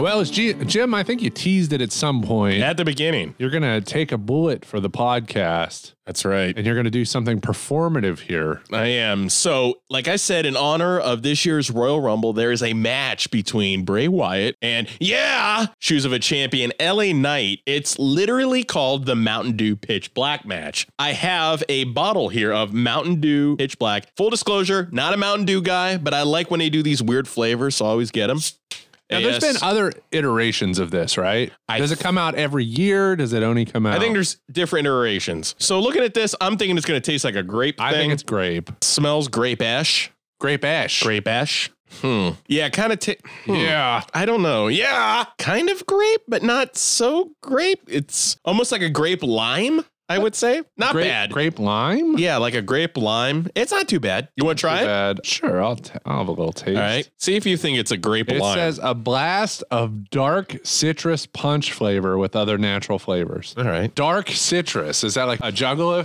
S10: Well, it's G- Jim, I think you teased it at some point. At
S11: the beginning.
S10: You're going to take a bullet for the podcast.
S11: That's right.
S10: And you're going to do something performative here.
S11: I am. So, like I said, in honor of this year's Royal Rumble, there is a match between Bray Wyatt and, yeah, Shoes of a Champion, LA Knight. It's literally called the Mountain Dew Pitch Black match. I have a bottle here of Mountain Dew Pitch Black. Full disclosure, not a Mountain Dew guy, but I like when they do these weird flavors, so I always get them.
S10: Now, there's been other iterations of this, right? Does it come out every year? Does it only come out?
S11: I think there's different iterations. So looking at this, I'm thinking it's going to taste like a grape. I think it's
S10: grape.
S11: Smells grape ash.
S10: Grape ash.
S11: Grape ash. Hmm. Yeah, kind of. T-
S10: Yeah.
S11: I don't know. Yeah, kind of grape, but not so grape. It's almost like a grape lime. I would say not
S10: Grape-
S11: bad.
S10: Grape lime.
S11: Yeah, like a grape lime. It's not too bad. You want to try it?
S10: Bad. Sure, I'll, t- I'll have a little taste.
S11: All right. See if you think it's a grape
S10: It
S11: lime.
S10: says a blast of dark citrus punch flavor with other natural flavors.
S11: All right.
S10: Dark citrus. Is that like a juggalo?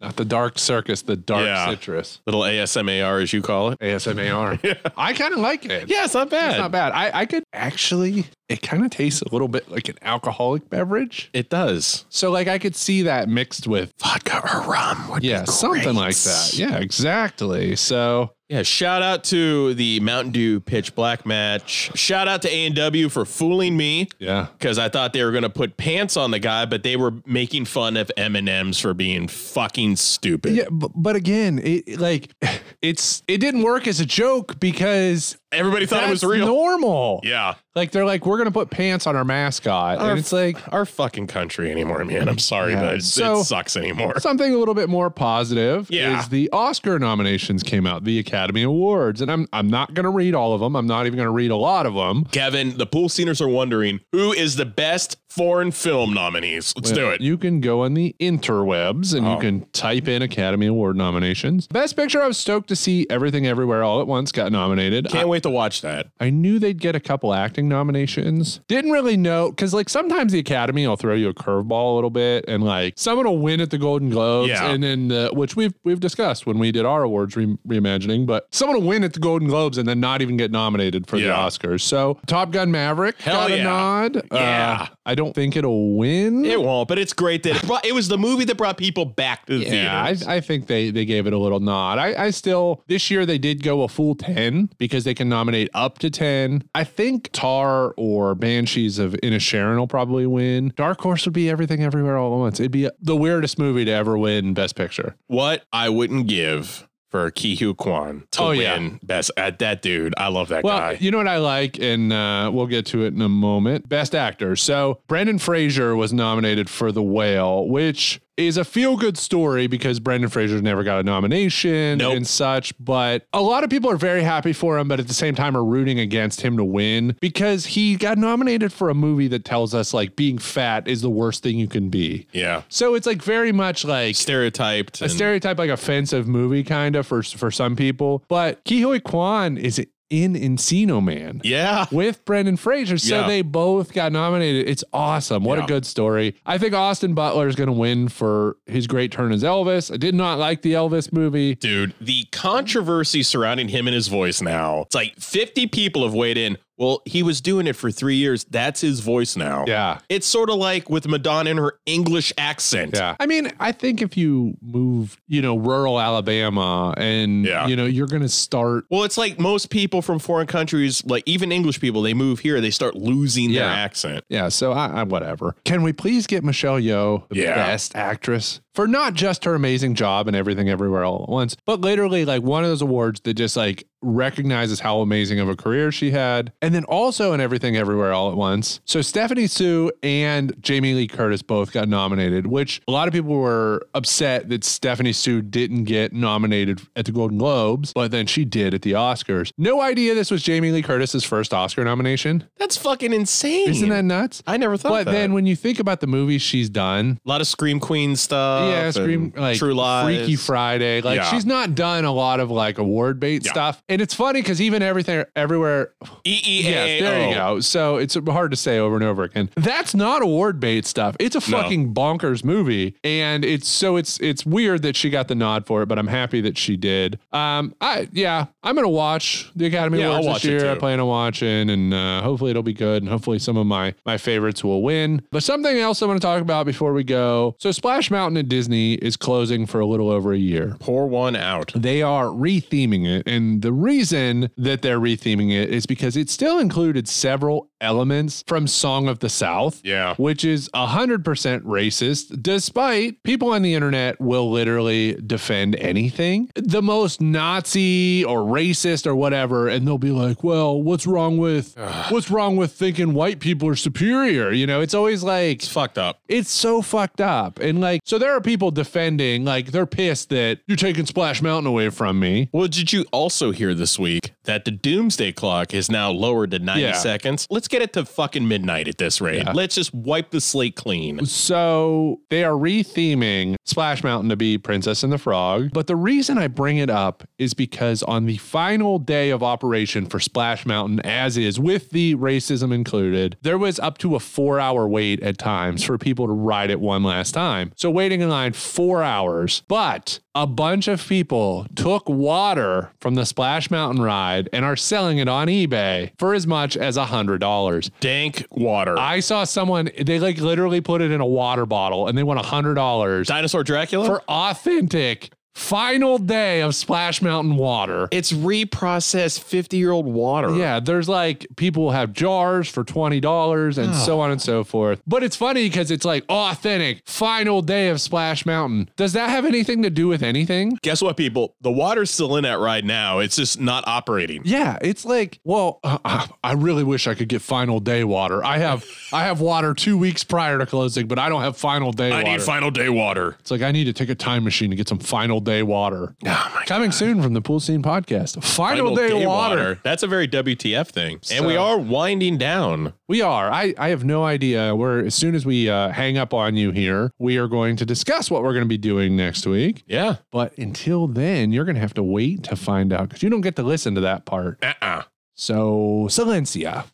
S10: Not the dark circus, the dark
S11: Yeah.
S10: citrus.
S11: Little ASMAR, as you call it.
S10: ASMAR. I kind of like it.
S11: Yeah, it's not bad.
S10: It's not bad. I, I could actually, it kind of tastes a little bit like an alcoholic beverage.
S11: It does.
S10: So, like, I could see that mixed with vodka or rum. yeah, something like that. Yeah, exactly. So,
S11: Yeah, shout out to the Mountain Dew Pitch Black match. Shout out to A&W for fooling me.
S10: Yeah.
S11: Because I thought they were going to put pants on the guy, but they were making fun of M&M's for being fucking stupid.
S10: yeah, but, but again, it it, like *sighs* it's it didn't work as a joke because
S11: Everybody thought it was
S10: that's
S11: real.
S10: Normal.
S11: Yeah.
S10: Like they're like we're gonna put pants on our mascot,
S11: Our-
S10: and it's like
S11: our fucking country anymore, man. I'm sorry,
S10: Yeah.
S11: but it,
S10: So-
S11: it sucks anymore.
S10: Something a little bit more positive
S11: Yeah.
S10: is the Oscar nominations came out, the Academy Awards, and I'm I'm not gonna read all of them. I'm not even gonna read a lot of them.
S11: Kevin, the pool sceners are wondering who is the best foreign film nominees. Let's do it.
S10: You can go on the interwebs and
S11: Oh.
S10: you can type in Academy Award nominations. Best Picture. I was stoked to see Everything Everywhere All at Once got nominated.
S11: Can't wait to watch that.
S10: I knew they'd get a couple acting nominations. Didn't really know because like sometimes the Academy will throw you a curveball a little bit, and like someone will win at the Golden Globes,
S11: Yeah.
S10: and then the, which we've we've discussed when we did our awards re- reimagining, but someone will win at the Golden Globes and then not even get nominated for the
S11: Yeah.
S10: Oscars. So Top Gun Maverick
S11: Hell
S10: got
S11: yeah.
S10: a nod.
S11: Yeah.
S10: Uh, I don't think it'll win.
S11: It won't, but it's great that it, brought, it was the movie that brought people back to the
S10: Yeah,
S11: theater.
S10: I, I think they they gave it a little nod. I, I still this year they did go a full ten because they can nominate up to ten. I think Tar or Banshees of Inisherin will probably win. Dark Horse would be Everything Everywhere All at Once. It'd be the weirdest movie to ever win Best Picture.
S11: What I wouldn't give for Ki Hu Kwan to
S10: Oh,
S11: win
S10: yeah.
S11: best at that dude. I love that
S10: well,
S11: guy.
S10: you know what I like, and uh, we'll get to it in a moment. Best actor. So Brandon Fraser was nominated for The Whale, which is a feel-good story because Brandon Fraser never got a nomination and such. But a lot of people are very happy for him, but at the same time are rooting against him to win because he got nominated for a movie that tells us like being fat is the worst thing you can be.
S11: Yeah.
S10: So it's like very much like
S11: stereotyped.
S10: a stereotype, like offensive movie kind of for for some people. But Kihoi Kwan is in Encino Man.
S11: Yeah.
S10: With Brendan Fraser. So
S11: Yeah.
S10: they both got nominated. It's awesome. What
S11: Yeah.
S10: a good story. I think Austin Butler is going to win for his great turn as Elvis. I did not like the Elvis movie.
S11: Dude, the controversy surrounding him and his voice now. It's like 50 people have weighed in. Well, he was doing it for three years. That's his voice now.
S10: Yeah.
S11: It's sort of like with Madonna and her English accent.
S10: Yeah. I mean, I think if you move, you know, rural Alabama and, you know, you're going to start.
S11: Well, it's like most people from foreign countries, like even English people, they move here, they start losing their accent.
S10: Yeah. So I, I whatever. Can we please get Michelle Yeoh, the
S11: Yeah.
S10: best actress, for not just her amazing job and everything everywhere all at once, but literally like one of those awards that just like recognizes how amazing of a career she had, and then also in everything everywhere all at once. So Stephanie Sue and Jamie Lee Curtis both got nominated, which a lot of people were upset that Stephanie Sue didn't get nominated at the Golden Globes, but then she did at the Oscars. No idea this was Jamie Lee Curtis's first Oscar nomination.
S11: That's fucking insane.
S10: Isn't that nuts?
S11: I never thought
S10: But
S11: that.
S10: then when you think about the movies she's done,
S11: a lot of Scream Queen stuff.
S10: yeah, Scream
S11: and
S10: like
S11: True Lies.
S10: Freaky Friday. Like
S11: Yeah.
S10: she's not done a lot of like award bait stuff. And it's funny because even everything everywhere
S11: EEAAO.
S10: Yes, there you go. So it's hard to say over and over again. That's not award bait stuff. It's a
S11: No.
S10: fucking bonkers movie, and it's so it's it's weird that she got the nod for it, but I'm happy that she did. Um, I yeah, I'm gonna watch the Academy
S11: Yeah, I'll
S10: Awards
S11: watch
S10: this
S11: it
S10: year. I
S11: too.
S10: plan on watching, and uh, hopefully it'll be good, and hopefully some of my my favorites will win. But something else I want to talk about before we go. So Splash Mountain at Disney is closing for a little over a year.
S11: Pour one out.
S10: They are retheming it. And the reason that they're retheming it is because it still included several elements from Song of the South.
S11: Yeah.
S10: Which is 100% racist, despite people on the internet will literally defend anything. The most Nazi or racist or whatever, and they'll be like, well, what's wrong with what's wrong with thinking white people are superior? You know, it's always like it's
S11: fucked up.
S10: It's so fucked up. And like, so there are people defending, like, they're pissed that you're taking Splash Mountain away from me.
S11: Well, did you also hear this week that the doomsday clock is now lowered to 90
S10: Yeah.
S11: seconds? Let's get it to fucking midnight at this rate. Let's just wipe the slate clean.
S10: So they are retheming Splash Mountain to be Princess and the Frog. But the reason I bring it up is because on the final day of operation for Splash Mountain, as is, with the racism included, there was up to a four hour wait at times for people to ride it one last time. So waiting in line four hours. But a bunch of people took water from the Splash Mountain ride and are selling it on eBay for as much as $100.
S11: Dank water.
S10: I saw someone they like literally put it in a water bottle and they want a hundred dollars.
S11: Dinosaur Dracula
S10: for authentic final day of Splash Mountain water.
S11: It's reprocessed fifty year old water.
S10: Yeah, there's like people have jars for twenty dollars and so on and so forth. But it's funny because it's like authentic final day of Splash Mountain. Does that have anything to do with anything?
S11: Guess what, people? The water's still in that ride now. It's just not operating.
S10: Yeah, it's like, well, uh, I really wish I could get final day water. I have I have water 2 weeks prior to closing, but I don't have final day
S11: I
S10: water.
S11: need final day water.
S10: It's like I need to take a time machine to get some final day water. Coming soon from the Pool Scene Podcast. Oh Final, day, water.
S11: That's a very WTF thing. And we
S10: So-
S11: are winding down.
S10: We are. I, I have no idea. We're as soon as we uh, hang up on you here, we are going to discuss what we're going to be doing next week.
S11: Yeah.
S10: But until then, you're going to have to wait to find out because you don't get to listen to that part.
S11: Uh-uh.
S10: So, Silencia.